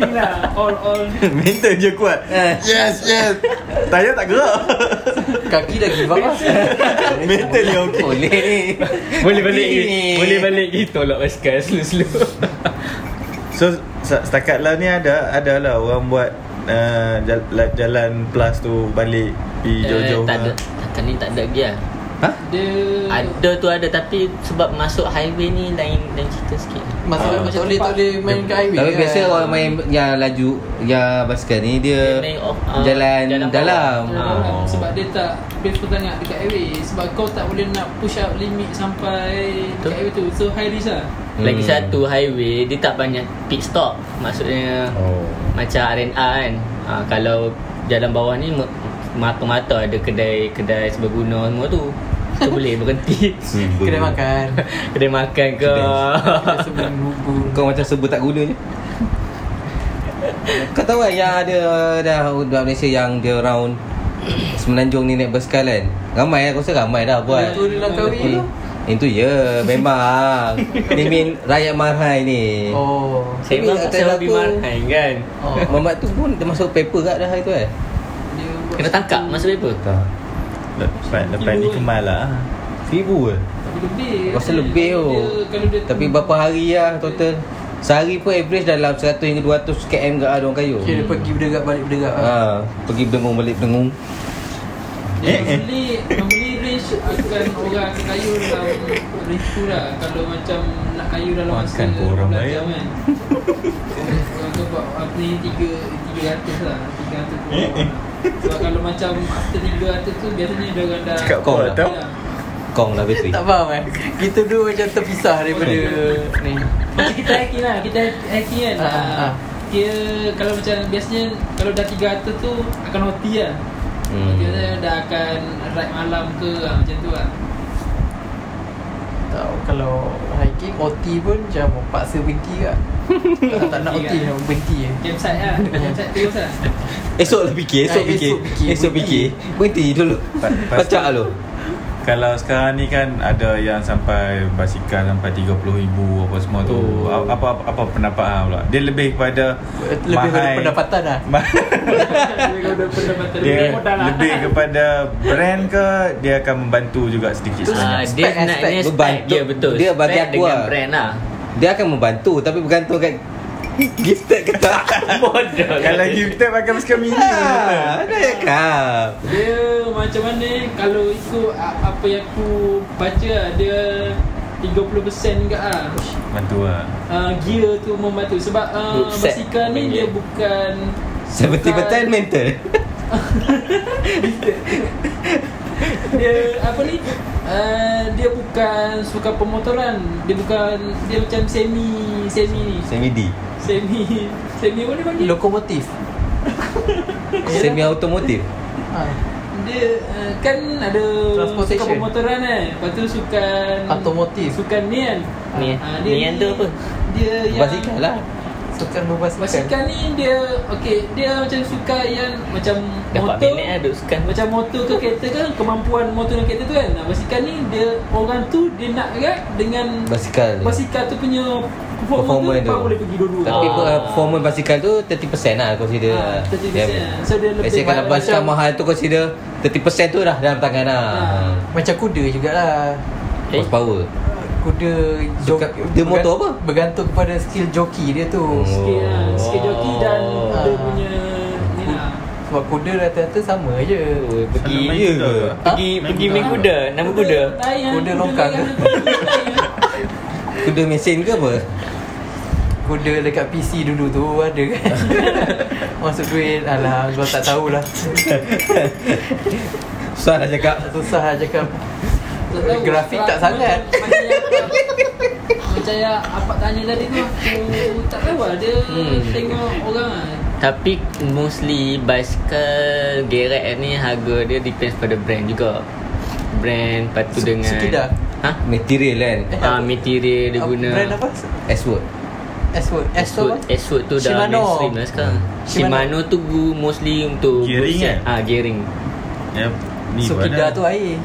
D: Inilah lah, all all
A: Mental je kuat
E: Eh.
A: Yes yes Tayar tak gerak
B: Kaki dah give up lah.
A: Mental dia okey
C: Boleh ni
E: Boleh balik Boleh balik Kita tolak basikal slow-slow
A: So se- setakat lah ni ada Ada lah orang buat uh, jalan, jalan plus tu balik Pergi jauh-jauh
E: Eh, Tak ada
A: lah.
E: Kan ni tak ada lagi lah
C: Ha?
D: Dia
E: Ada tu ada Tapi sebab masuk highway ni Lain lain cerita sikit
B: Masa uh,
D: Ah.
B: tak boleh tak boleh main kat highway.
C: Tapi
E: Ya.
B: kan.
C: biasa orang main yang laju Yang basikal ni dia
E: Dia main off, ah,
C: Jalan
E: jalan bawah.
C: dalam
E: Oh.
D: Ah. Sebab dia tak prefer sangat dekat airway Sebab kau tak boleh nak push up limit sampai
E: Betul.
D: dekat airway tu So high risk lah
E: Lagi
C: Hmm.
E: satu highway Dia tak banyak pit stop Maksudnya
C: Oh
E: Macam R&R kan ha, Kalau jalan bawah ni me- mata-mata ada kedai-kedai seberguna semua tu. Tu boleh berhenti.
C: Hmm,
B: Kedai makan
E: Kedai makan ke.
B: Kedai sebelum bubur
C: Kau macam sebut tak gunanya Kau tahu kan yang ada dah Dah Malaysia yang dia round Semenanjung ni naik basikal kan Ramai aku rasa ramai dah buat
B: Itu Langkawi tu
C: Eh, Itu ya memang Ni min rakyat marhai ni
B: Oh
C: Tapi
E: Saya memang
C: atas
E: saya
C: aku-
E: lebih marhain kan.
B: Oh
C: Mamat tu pun dia masuk paper kat dah hari tu eh
B: Dia buat
E: Kena tangkap masa paper.
C: Tak
A: Lepas, lepas ni kemal lah
C: Seribu ke?
D: Tapi lebih
C: Aku rasa
D: kan?
C: lebih
D: Kalau
C: tu
A: oh.
D: dia- kalau dia-
C: Tapi berapa hari lah total Sehari pun average dalam 100 hingga 200 km kat ada ah, orang kayu
B: Kira pergi berderak balik berderak ah.
C: ha, Pergi berdengung balik berdengung
D: Dia
A: Eh, eh.
D: Normally, normally range akan orang kayu dalam range tu lah Kalau macam nak kayu dalam masa
A: Makan pun orang
D: 12
A: bayar.
D: jam kan Orang tu buat apa ni 3, 300 lah 300 pun
A: Eh, eh.
D: Sebab kalau macam after 300 tu biasanya dia orang dah
A: Cakap
C: kau
D: dah
A: tau.
D: dah.
C: Kong lah bateri
B: Tak faham eh Kita dua macam terpisah daripada ni
D: Macam kita hacking lah Kita hacking kan
B: Ah, ah, ah.
D: Dia kalau macam biasanya kalau dah 300 tu akan OT lah
C: Hmm.
D: Dia dah akan ride malam ke ah, macam tu lah
B: Tak kalau hiking OT pun macam paksa berhenti kat tak, tak nak OT
D: Berhenti kat.
B: nak eh. berhenti je
D: Campsite lah Campsite terus lah
C: Esok lah fikir,
D: Eh,
C: esok
B: Ah,
C: fikir
B: esok fikir,
C: Esok
B: berhenti.
C: fikir Berhenti dulu
A: Pa- pas-
C: Pacak lah lu
A: Kalau sekarang ni kan ada yang sampai basikal sampai 30 ribu apa semua tu.
E: Oh.
A: Apa apa, apa pendapat hang pula? Dia lebih kepada
B: Lebih pada
A: mahai-
B: pendapatan lah
A: dia
D: lah.
A: lebih lah. kepada brand ke dia akan membantu juga sedikit
B: Tu
A: sebanyak.
E: Ah,
B: spec,
E: dia
B: spec,
E: nak dia
C: spec.
E: spec dia betul.
C: Dia bagi
E: Spec
C: aku
E: dengan
C: lah.
E: brand lah.
C: Dia akan membantu Tapi bergantung kat Gifted ke tak
E: Bodoh.
A: Kalau kita pakai basikal mini.
C: Ha, Dah cakap
D: Dia macam mana eh, Kalau ikut a- apa yang aku baca lah, Dia 30% juga lah
A: Bantu lah.
D: uh, Gear tu membantu Sebab uh,
E: Group set.
D: basikal ni dia bukan
C: 70%
D: bukan-
C: mental
D: Dia apa ni uh, Dia bukan Suka pemotoran Dia bukan Dia macam semi Semi ni
C: Semi D
D: Semi Semi apa dia panggil
B: Lokomotif
C: Semi automotif
B: ha.
D: Dia uh, kan ada
B: Transportation.
D: Sukan pemotoran kan Lepas tu sukan
B: Automotive.
D: Sukan ni kan
E: Ni-
D: Ah,
E: ni yang tu apa?
D: Dia yang
C: Basikal lah
B: Sukan berbasikal
D: Basikal ni dia Okey Dia macam suka yang Macam
E: Dapat
D: motor
E: minit lah duk sekan.
D: Macam motor ke kereta kan Kemampuan motor dan kereta tu kan Ah, Basikal ni dia Orang tu dia nak ride Dengan
C: Basikal
D: Basikal tu punya
C: Performance
D: Performance tu
C: tu.
D: Kau boleh pergi dua-dua
C: Tapi
E: Ah.
C: per- performance basikal tu 30% lah consider
D: Ah, 30%
C: Dia-
D: So, dia lebih
C: Let's say kalau
D: macam-
C: basikal mahal tu consider 30% tu dah dalam tangan lah
D: Ah.
B: Macam kuda jugalah
E: Eh?
C: Horsepower
B: Kuda
C: Suka- dia motor apa?
B: Bergantung kepada skill joki dia tu
C: Hmm.
D: Sikit lah Sikit joki dan
E: Oh.
C: Ah.
D: Dia punya Ni lah
B: Sebab kuda rata-rata sama je
C: Pergi
A: Selalu main
C: je
A: kuda
C: ke?
A: ke?
E: Pergi
A: Main
E: pergi
A: kuda.
E: main kuda, nama kuda.
D: layan,
B: Kuda longkang ke?
C: Kuda mesin ke apa?
B: Kuda dekat PC dulu tu ada kan Masuk duit Alah gua tak tahulah
C: Susah nak cakap
B: Susah lah cakap
D: Tak tahu.
B: Grafik tak
D: Macam-
B: sangat.
D: macam yang apa- Macam yang apa tanya tadi tu Aku tak tahu lah Dia
C: Hmm.
D: tengok orang lah
E: Tapi mostly basikal Gerek ni harga dia depends pada brand juga. Brand lepas tu
B: Su-
E: dengan
B: Sukidah?
E: Ha?
C: Material kan
E: Ah, material
B: Eh,
E: dia
B: Apa-
E: guna
B: Brand apa?
C: S-word
B: S-word S-word
E: Eswood Eswood tu dah
B: Shimano.
E: mainstream lah sekarang
B: Shimano.
E: Shimano, tu gu- mostly untuk
A: Gearing
E: good set.
A: eh?
E: Ah gearing
A: Ya, ni
B: Sukidah tu lah. air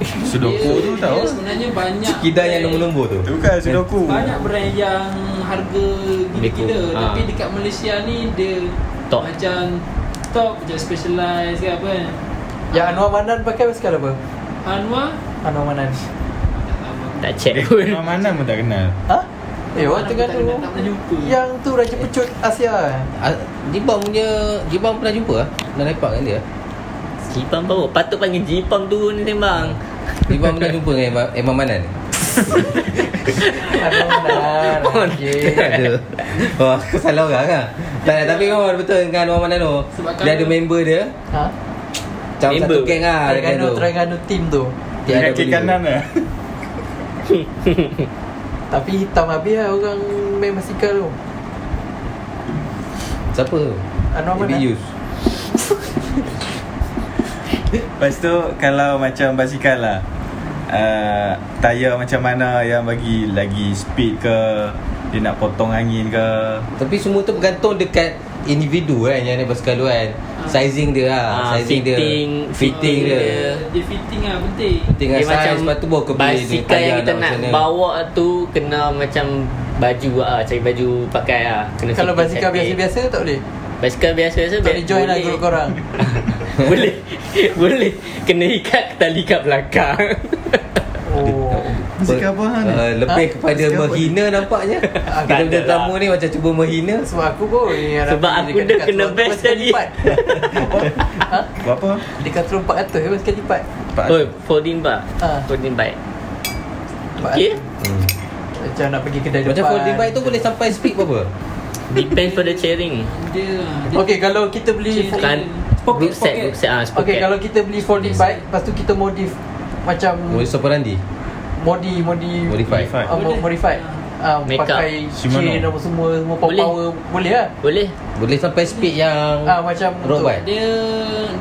A: Sudoku
D: Dia-
A: tu
D: dia
A: tahu.
D: Sebenarnya banyak
C: Kita yang
D: brand-
C: nombor-nombor tu
A: Tu kan Sudoku.
D: Banyak brand yang harga gila-gila
E: Beko.
D: Tapi
E: Ah.
D: dekat Malaysia ni dia
E: Top.
D: Macam top Macam specialized ke apa kan
B: Yang Anwar Manan pakai basikal apa?
D: Anwar
B: Anwar Manan
D: Tak tahu apa.
E: Tak check
A: Eh,
E: pun
A: mana pun tak kenal.
B: Ha? Eh orang
D: Aku
B: tengah
D: tak
B: tu Ya.
D: pernah- tak pernah jumpa.
B: Yang tu Raja Pecut Asia eh?
C: Ah, Jibang punya Jibang pernah jumpa lah Dalam lepak kan dia
E: Jipang bawa Patut panggil Jipang turun sembang
C: Jibang pernah jumpa dengan Imam- Imam Manan
B: Anwar Manan Okay
C: ada. Wah, aku salah orang ah. Tak nak tapi kau betul dengan orang mana tu.
D: Sebab
C: Dia
D: kalau-
C: ada member dia.
B: Ha?
C: Macam
E: Member.
C: satu geng ah dia
B: Terengganu
C: tu.
B: Terengganu team tu
C: Dia ada
A: Kaki
C: beli.
A: kanan lah.
B: Tapi hitam habis lah orang main basikal tu
C: Siapa tu?
B: Anwar Manan
C: Abuse.
A: Lepas tu kalau macam basikal lah uh, Tayar macam mana yang bagi lagi speed ke Dia nak potong angin ke
C: Tapi semua tu bergantung dekat individu kan yang ada basikal tu kan. Sizing dia lah,
E: Ah,
C: sizing
E: fitting,
C: dia. Fitting
E: fitting
C: dia.
E: dia.
D: Dia fitting lah penting
C: Fitting dia macam sebab tu baru kau beli dia
E: basikal yang
C: tayar
E: kita
B: lah
C: macam
E: nak
C: mana.
E: bawa tu kena macam baju ah cari baju pakai ah kena
B: Kalau
E: sempit,
B: basikal
E: sempit.
B: biasa-biasa tak boleh
E: basikal biasa-biasa
B: Tak boleh join lah
E: boleh.
B: grup korang
E: boleh boleh kena ikat tali kat belakang
B: Oh
A: Basikal apa hang ni?
C: Uh, lebih
B: Ha?
C: kepada
A: Basikal apa
C: menghina nampaknya.
E: Ah,
C: Kita
E: tak
C: punya
E: adalah.
C: tamu ni macam cuba menghina.
B: Sebab aku pun yang
E: Sebab
B: rapi
E: aku
B: dekat-
E: dah
B: dekat
E: kena
B: Tuan tu
E: best
B: basikal
E: tadi.
B: lipat. Ha?
A: Berapa?
B: Dekat turun 400 ke basikal lipat
A: Empat
E: oi Oh, folding bar
B: Ah.
E: folding bike
B: 400.
E: okey
C: Hmm.
B: Macam nak pergi kedai
C: Macam
B: depan
C: folding bike tu boleh sampai speed berapa?
E: depends pada sharing
D: Dia lah dia-
B: Okay kalau kita beli
D: Cik,
E: kan
D: Pocket,
E: group set
D: pocket.
E: group set ah
B: Okay
E: pocket
B: kalau kita beli folding
E: Yes.
B: bike Lepas tu kita modif Macam
C: Boleh sampai randi.
B: Modi Modi
C: Modify.
A: Modify.
B: uh, mo- Modified uh,
E: Make up.
B: Pakai
A: Shimano.
B: chain apa semua Semua
E: Boleh.
B: power Boleh lah
E: boleh
C: Boleh sampai speed yang
B: Ah, macam tu.
C: road bike.
D: Dia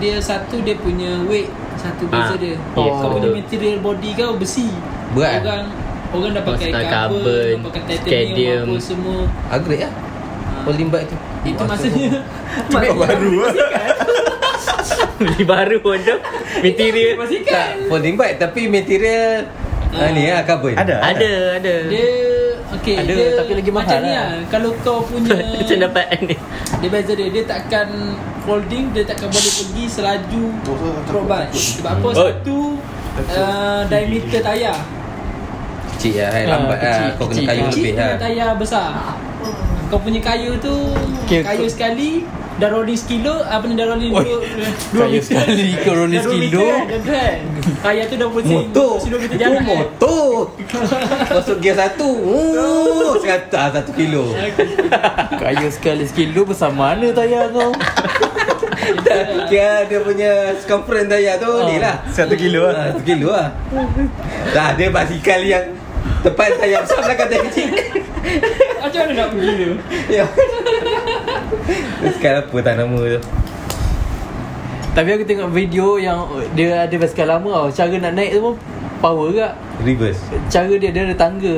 D: dia satu dia punya weight Satu beza
E: Ah,
D: dia
E: yes,
D: Kau punya
E: betul.
D: material body kau besi
C: Berat, eh?
D: Orang Orang dah
E: Kau
D: pakai
E: style
D: carbon,
E: carbon,
D: Kau pakai
E: scandium.
D: titanium apa semua Ah,
C: Upgrade lah Folding bike tu
D: Itu
C: Masa
D: maksudnya
C: Baik baru lah
E: beli baru pun tu material
C: Tak
D: Basikal
C: folding bike Tapi material
D: Ah.
C: ah. Ni lah carbon
A: Ada?
E: ada ada
D: Dia Okay
B: Ada,
D: dia,
B: tapi lagi mahal
C: eh?
D: Macam ni
B: lah.
D: lah Kalau kau punya
E: macam dapat ni
D: Dia beza dia Dia takkan folding Dia takkan boleh pergi selaju Road bike Sebab apa
E: Oi.
D: satu uh, Diameter tayar
C: Kecil lah kan
B: Ah,
C: Lambat lah
B: kecil,
C: Kau kena
B: kecil.
C: kayu
B: Kecil
C: lebih
D: Cik
C: lah
D: punya tayar besar Kau punya kayu tu
B: Okay,
D: Kayu
B: aku-
D: sekali Dah rolling sekilo Apa ni dah rolling
C: Oi,
D: dua
C: kayu sekali kau rolling sekilo.
D: kan, Tayar tu dah pusing
C: Motor
D: Kilometer
C: Itu
D: jalan
C: motor Masuk gear satu Oh Seratus ah, Satu kilo
B: Kaya sekali sekilo Besar mana tayar kau
C: Kira dia punya Circumference daya tu Ni lah
A: Satu kilo
C: Ah,
A: lah
C: Satu kilo lah Dah dia basikal yang Depan saya besar belakang saya kecil
D: Macam mana nak pergi tu
C: Ya Basikal apa tak nama tu
B: Tapi aku tengok video yang oh, Dia ada basikal lama tau Cara nak naik tu pun Power gak
C: Reverse
B: Cara dia Dia ada tangga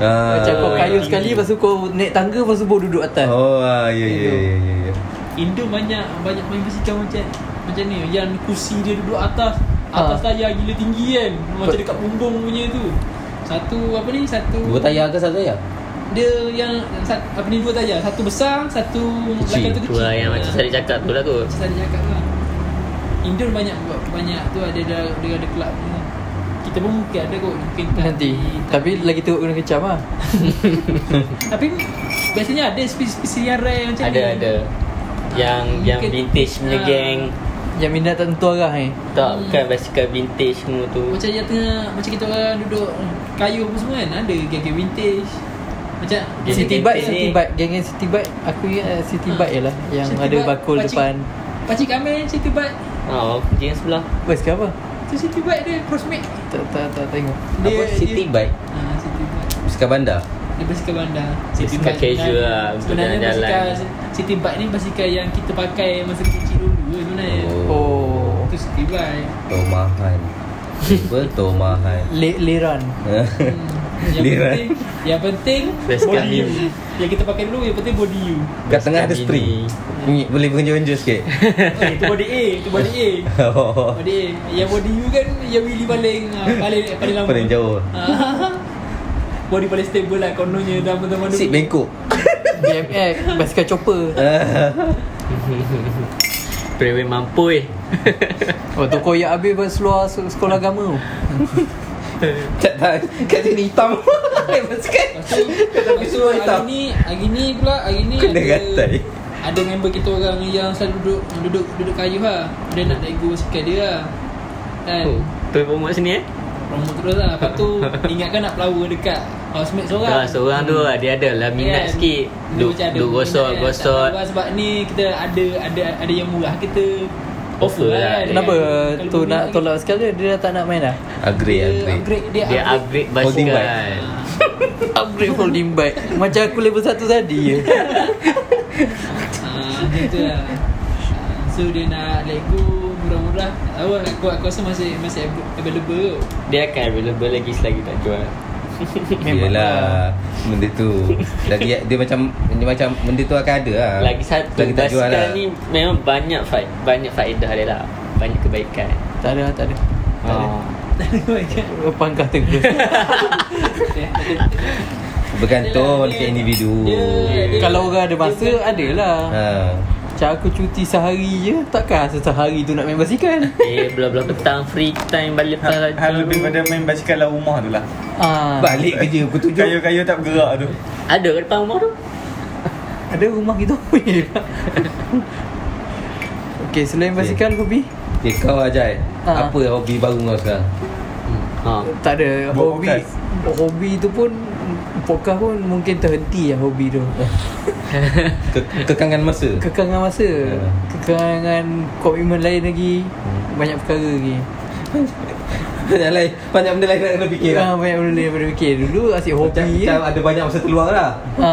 C: Ah.
B: Macam kau kayu sekali Lepas tu kau naik tangga Lepas tu baru duduk atas
C: Oh, ah, ya, ya, ya, ya, ya.
D: Indo banyak Banyak main basikal macam Macam ni Yang kursi dia duduk atas Atas
B: Ah.
D: tayar gila tinggi kan Macam
B: Bet-
D: dekat punggung punya tu Satu apa ni Satu
C: Dua tayar ke satu tayar?
D: Dia yang sat- Apa ni dua tayar Satu besar Satu
C: Kecil.
D: belakang tu
E: tu
D: kecil
E: lah yang macam
D: Ah.
E: saya cakap tu lah tu
D: Macam tadi cakap lah Indon banyak buat banyak tu ada ada dia ada kelab ni. Kita pun mungkin ada kot mungkin tak
B: Nanti
D: di- tak
B: Tapi
D: di-
B: lagi teruk kena kecam lah
D: tapi biasanya ada spesies-spesies yang rare macam
E: ada
D: ni.
E: ada yang yang
D: Mungkin-
E: vintage punya
D: Ah.
E: geng
B: Yang minat tak tentu arah eh. ni
E: tak
D: Hmm.
E: bukan basikal vintage semua tu
D: Macam yang tengah macam kita orang duduk hmm, kayu apa semua kan ada geng-geng vintage. Macam
E: Geng-
B: City
E: geng-
B: bike
E: geng-
B: City
E: ni.
B: bike Geng-geng city bike Aku ingat eh, city
D: Ah.
B: bike je lah Yang
D: City
B: ada
D: bike,
B: bakul
D: pakcik-
B: depan
D: Pakcik Kamil city bike.
E: oh geng sebelah
B: Basikal apa?
D: Tu city bike dia crossmate.
B: Tak tak tak tengok
C: Apa? City bike?
D: Ah city bike.
C: Basikal bandar?
D: Dia basikal bandar
E: Basikal casual lah, untuk
D: Sebenarnya
E: jalan-jalan.
D: basikal City bike ni basikal yang kita pakai Masa kecil dulu ke sebenarnya
B: Oh
D: Itu city bike
C: Tomahan. Bertomahan.
B: Le- Leran
D: hmm. Yang
C: Lirat.
D: penting Yang penting
E: Basikal
D: Body you
E: lah. ni.
D: Yang kita pakai dulu Yang penting body you
C: Kat tengah ada spring. Bunyi- Boleh mengenjur-enjur sikit.
D: oh, Itu body A Itu body A
C: Oh.
D: Body A Yang body you kan Yang Willy paling ah, Paling paling lama
C: Paling jauh.
D: Ah. Body paling stable lah Kononnya dah pertama
C: Sip bengkok.
B: BMX eh, Basikal chopper
D: Eh.
E: Prewe mampu eh
B: Oh tu koyak habis Lepas seluar se- sekolah agama tu
C: Tak tak. Kat sini hitam. Basikal.
D: Ah, Tapi
C: semua hitam.
D: Hari ni Hari ni pula Hari ni
C: Kena
D: ada-
C: gatai.
D: Ada member kita orang yang selalu duduk Duduk duduk kayu lah Dia nak naik go sikit dia lah Kan
E: oh, tu promote sini eh
D: Promote terus lah Lepas tu Ingatkan nak flower dekat Housemate seorang
E: Dah seorang tu lah Dia ada lah
D: Hmm.
E: minat
D: Kan?
E: sikit
D: Dia
E: Duk
D: macam ada minat kan,
E: duk
D: tak
E: gosok-gosok
D: keluar Sebab ni kita ada ada ada yang murah kita
E: Offer lah.
D: kan.
B: Kenapa
D: Kalau
B: tu
D: boleh
B: nak
D: lagi,
B: tolak basikal dia Dia dah tak nak main dah
C: Agree,
D: Dia
C: agree.
D: upgrade Dia,
E: Dia
D: upgrade
E: upgrade
C: Folding
E: basikal
C: bike.
D: Ah.
B: Upgrade folding bike Macam aku level 1 tadi ya. je
D: Ah, macam tu lah Ah, So dia Ah, nak let go murah-murah Awak aku, aku rasa masih masih ab- available kot.
E: Dia akan available lagi selagi tak jual
D: Memang
C: Yelah Benda tu Lagi dia macam Dia macam Benda tu akan ada
A: Ah,
C: lah
E: Lagi satu
C: Lagi tak jual lah
E: Basikal ni memang banyak fa- banyak faedah dia lah Banyak kebaikan
B: Tak ada, tak ada. Tak ada.
A: Ah.
E: oh.
B: Pangkah tegur.
C: Bergantung
D: Yelah,
C: dekat
D: dia-
C: individu
D: dia- dia-
B: Kalau orang ada masa, ada lah.
C: ha.
B: Macam aku cuti sehari je, takkan rasa sehari tu nak main basikal.
E: Eh belah-belah petang free time balik
A: Hal,
E: lepas
A: hal
E: tu.
A: Ha, lebih pada main basikal dalam rumah tu lah
B: Ah,
C: Balik kerja pukul tujuh
A: Kayu-kayu tak bergerak tu
E: Ada ke depan rumah tu?
B: ada rumah kita pun. Okey, selain basikal hobi?
C: Okay, Eh, kau ajai
B: Ha.
C: Apa hobi baru kau sekarang?
A: Hmm.
E: Ha.
B: Tak ada
A: Buat
B: hobi.
A: podcast.
B: Hobi tu pun podcast pun mungkin terhenti lah hobi tu.
C: Ke kekangan masa?
B: Kekangan masa,
A: Ha.
C: Ya.
B: kekangan komitmen lain lagi,
A: Hmm.
B: banyak perkara lagi.
C: banyak lain Banyak benda lain nak kena fikir lah
B: Ah, banyak benda lain daripada fikir. Dulu asyik
C: macam,
B: hobi je.
C: macam ada banyak masa terluang lah
B: Ha.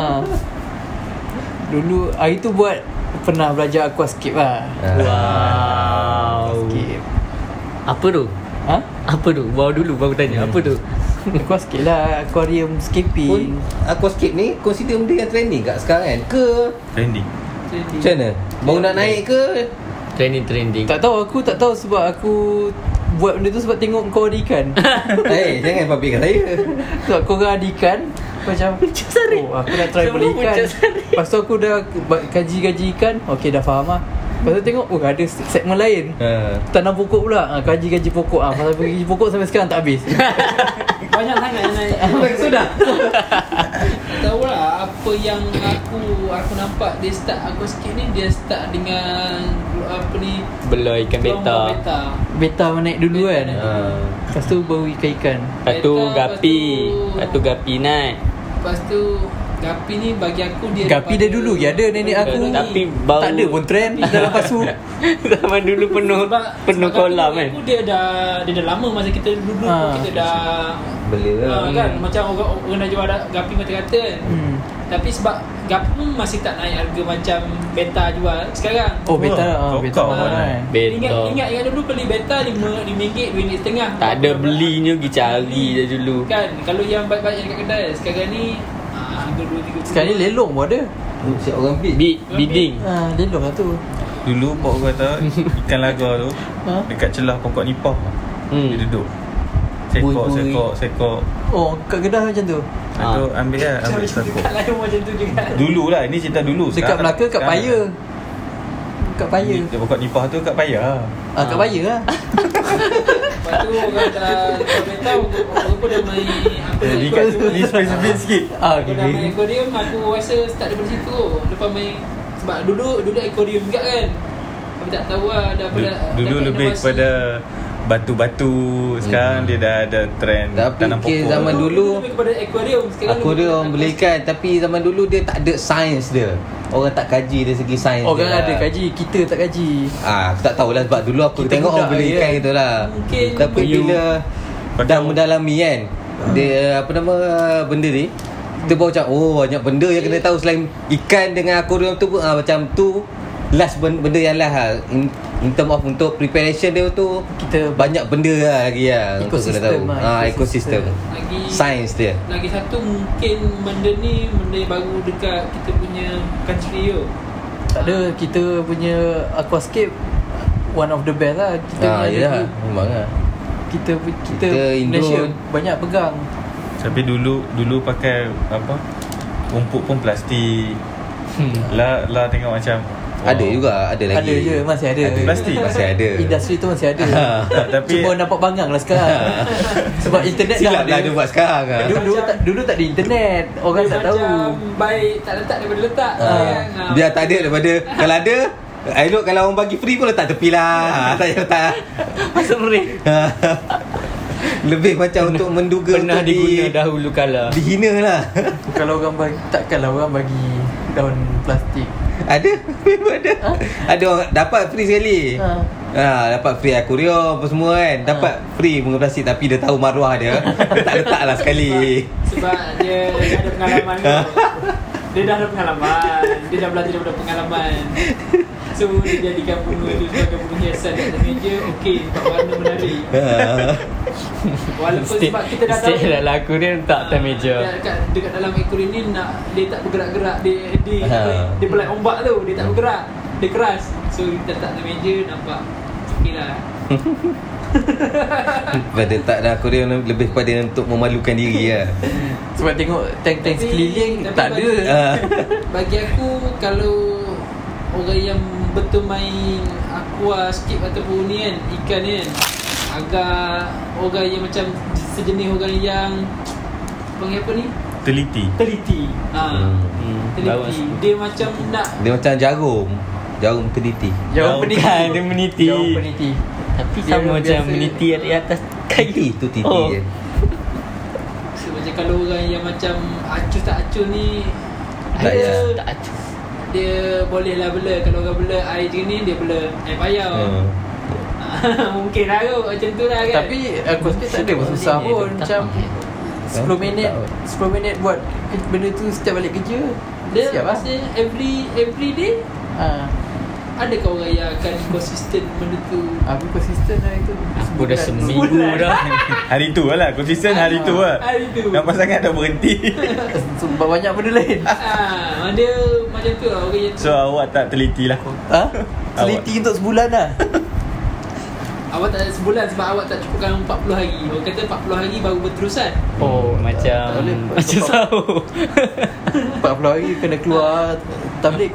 B: Dulu hari tu buat pernah belajar aquascape lah.
C: Ah.
A: Ah.
E: Wow
B: Aquascape.
E: Apa tu?
B: Ha?
E: Apa tu? Wow dulu baru tanya
A: Hmm.
E: Apa tu?
B: Aquascape lah, aquarium
C: Pun
B: scaping.
C: aquascape ni consider benda yang trending kat sekarang kan? Ke
A: Trendy
D: Jadi-
C: macam mana? Baru nak naik ke?
E: Trending-trending
B: Tak tahu aku tak tahu sebab aku buat benda tu sebab tengok kau ada ikan.
C: Eh jangan papi kat saya
B: sebab kau ada ikan macam
E: sari.
B: Oh, aku nak try
E: Semua
B: beli ikan.
E: puncak sari.
B: Lepas tu aku dah ba- kaji-kaji ikan. Okey dah faham lah. Lepas tu tengok oh ada segmen lain.
C: ha.
B: Tanam pokok pula. Ha, kaji-kaji pokok ah. Pasal kaji pokok sampai sekarang tak habis.
D: Banyak sangat yang naik
C: Sudah
D: Tahu lah apa yang aku aku nampak dia start aku sikit ni dia start dengan apa ni
E: Belah ikan
D: kelompok
E: beta
D: beta.
B: Beta naik dulu kan.
C: ha.
B: Lepas tu baru ikan-ikan
E: Lepas tu
D: Beta,
E: gapi
D: lepas tu-
E: Lepas tu gapi naik
D: Lepas tu Gapi ni bagi aku dia
B: Gapi
D: daripada-
B: dia dulu je ada nenek aku
E: Eh, tapi bau-
B: Tak ada pun trend Dalam pasu
E: Zaman dulu penuh
D: sebab,
E: penuh
D: sebab gapi
E: kolam
D: nenek
E: kan
D: Aku dia dah dia dah lama masa kita dulu ha.
B: Ah.
D: kita dah
C: Bela lah
D: ha, kan macam orang orang dah jual ada- gapi kata-kata kan.
B: hmm.
D: Tapi sebab gapi pun masih tak naik harga macam beta jual sekarang.
B: Oh beta
A: Wah,
B: ah,
A: kau
B: Beta
A: kau
B: mahal
A: kan.
B: kan
E: Beta.
D: Ingat ingat yang dulu beli beta RM5 RM5 RM2.5
E: Tak ada belinya pergi cari je dulu
D: Kan kalau yang baik-baik dekat kedai sekarang ni ah, harga 2 3
B: Sekarang ni lelong pun ada
C: Siap orang bid
E: Bid, bidding
B: ha, Lelong lah tu
A: Dulu pok aku kata Ikan laga tu
B: Ha?
A: Dekat celah pokok nipah
E: Hmm.
A: Dia duduk Sekok,
B: Bui-bui.
A: sekok, sekok
B: Oh kat Kedah macam tu
A: Lepas tu ambil lah Ambil sekok
D: Dekat lain macam tu juga
A: Dulu lah, ini cerita dulu
B: Dekat
A: Sekarang-
B: Melaka kat
A: sekarang- lah.
B: Paya Kat Paya
A: Ni, Dia pokok nipah tu kat payah lah
B: ah, Kat Paya lah
D: Lepas tu orang dah Kau dah tahu Aku pun dah main Aku
A: Jadi
D: ikut
A: kat
D: tu.
A: ni spesifik sikit
B: Eh, ah,
D: Aku dah main
B: okay.
D: aquarium Aku rasa start daripada situ Lepas main Sebab dulu Dulu aquarium juga kan Aku tak tahu lah dah apa
A: Du-
D: dah-
A: Dulu
D: dah
A: lebih
D: inovasi.
A: kepada Batu-batu Sekarang dia dah ada trend
C: Tapi
A: Tanam
C: ke
A: pokok
C: zaman
D: Dulu
C: dulu-
D: lebih kepada aquarium Sekarang
C: Aku
D: lebih
C: dia orang
D: kepada-
C: bela ikan Tapi zaman dulu dia tak ada sains dia Orang tak kaji dari segi sains
B: Orang
C: dia lah.
B: Oh, ada kaji Kita tak kaji
C: Ah, aku tak tahulah sebab dulu aku
B: Kita
C: Kita tengok orang
B: budak ya.
C: beli
B: je.
C: ikan gitu lah
D: Mungkin
C: Tapi
D: you-
C: bila dah
A: Macam-
C: mendalami kan
B: Ah.
C: Dia apa nama benda ni Kita baru macam oh banyak benda yang kena tahu Selain ikan dengan akuarium tu pun ah, macam tu Last ben- benda yang last lah in, in term of untuk preparation dia tu
B: Kita-
C: Banyak benda lah lagi lah untuk kena
B: Ekosistem
C: tahu
B: lah,
C: ah,
B: ekosistem.
C: Ekosistem
D: Lagi-
C: Sains dia
D: lagi satu mungkin benda ni benda yang baru dekat kita punya country tu.
B: Tak ada Kita punya aquascape One of the best lah Kita
C: Ah,
B: punya
C: ya,
B: negeri-
C: memang lah
B: Kita Kita,
C: Kita Indo-
B: Malaysia Banyak pegang
A: Tapi dulu dulu pakai apa? Rumput pun plastik. Lah lah tengok macam
C: Ada juga, ada lagi
B: Ada je, masih ada.
A: Plastik?
C: Masih ada
B: Industri tu masih ada
A: Tak, tapi
B: Cuma nampak bangang lah sekarang Sebab internet dah
C: Silap lah dia buat sekarang ah.
B: Dulu, dulu, tak, dulu tak ada internet Orang
D: Dia
B: tak tahu Ah.
D: Macam baik tak letak daripada letak.
E: Ah,
D: kan? Ah,
C: Ha. Biar tak ada daripada Kalau ada Elok kalau orang bagi free pun letak tepi
E: Ya.
C: lah Ha, Tak payah letak
E: Sering
C: Ha. Lebih macam untuk menduga
E: Pernah
C: untuk di-
E: diguna dahulu kala
C: Dihina lah
B: Kalau orang bagi Takkanlah orang bagi Daun plastik
C: Ada Memang ada Ada orang dapat free sekali
E: Ah.
B: Ha.
C: Ha, dapat free akuarium apa semua kan Dapat free bunga plastik Tapi dia tahu
E: Eh.
C: maruah dia Letak-letak lah sekali
E: Ha?
D: Sebab dia, dia ada pengalaman tu. Dia dah ada pengalaman Dia dah belajar daripada pengalaman So dia jadikan bunga tu sebagai bunga hiasan Di atas meja Okay tak warna menarik
C: Ah.
D: Walaupun
E: Stick,
D: sebab kita dah
E: stick
D: tahu
E: dalam lagu dia letak atas meja
D: dia dekat, dekat dalam ekor ni nak dia tak bergerak-gerak dia dia
C: Ha.
D: apa, dia belai ombak tu dia tak bergerak dia keras so kita letak atas meja nampak okey lah
C: Pada tak dah aku dia lebih pada untuk memalukan diri lah.
B: Sebab tengok tank-tank
D: Tapi-
B: sekeliling
D: tapi
B: tak ada.
D: bagi-
C: Ah.
D: bagi aku kalau orang yang betul main aqua skip ataupun ni kan ikan ni kan agak orang yang macam sejenis orang yang panggil apa ni
A: Teliti
D: teliti ha
C: Hmm.
E: bagus.
D: teliti dia macam nak
C: Dia macam jarum. Jarum teliti.
B: Jauh
A: Jauh
B: peniti.
E: Bukan, dia meniti
B: Jauh peniti.
E: Tapi
B: Dia
E: sama macam
B: biasa-
E: meniti di atas
C: Titi
E: kayu
C: tu titi
E: Oh.
C: je.
D: so, macam kalau orang yang macam acuh tak acuh ni
C: Tak
D: dia,
C: payah.
E: Tak acuh
D: dia boleh lah blur kalau orang blur air je ni dia blur air payau
C: Hmm.
D: mungkin lah kot macam tu lah kan
B: Tapi aku rasa tak ada pun susah pun macam 10 minit 10 minit buat ke- benda tu setiap balik kerja.
D: Dia
B: siap lah.
D: masa every every day
B: Ha.
D: ada kau orang yang akan konsisten benda tu.
B: Aku konsisten lah itu.
E: Aku dah seminggu
D: Sebulan.
E: dah
A: Hari tu lah Konsisten hari tu lah
D: Hari tu.
A: Nampak sangat dah berhenti
B: Sebab banyak benda lain.
D: Ah, dia macam tu lah orang yang
A: So awak tak teliti lah
B: Ha? Seliti untuk sebulan lah.
D: awak tak ada sebulan sebab awak tak cukupkan 40 hari. Orang kata 40 hari baru berterusan.
E: Oh macam
B: tak boleh.
E: Macam sahur
B: 40 hari kena keluar tablik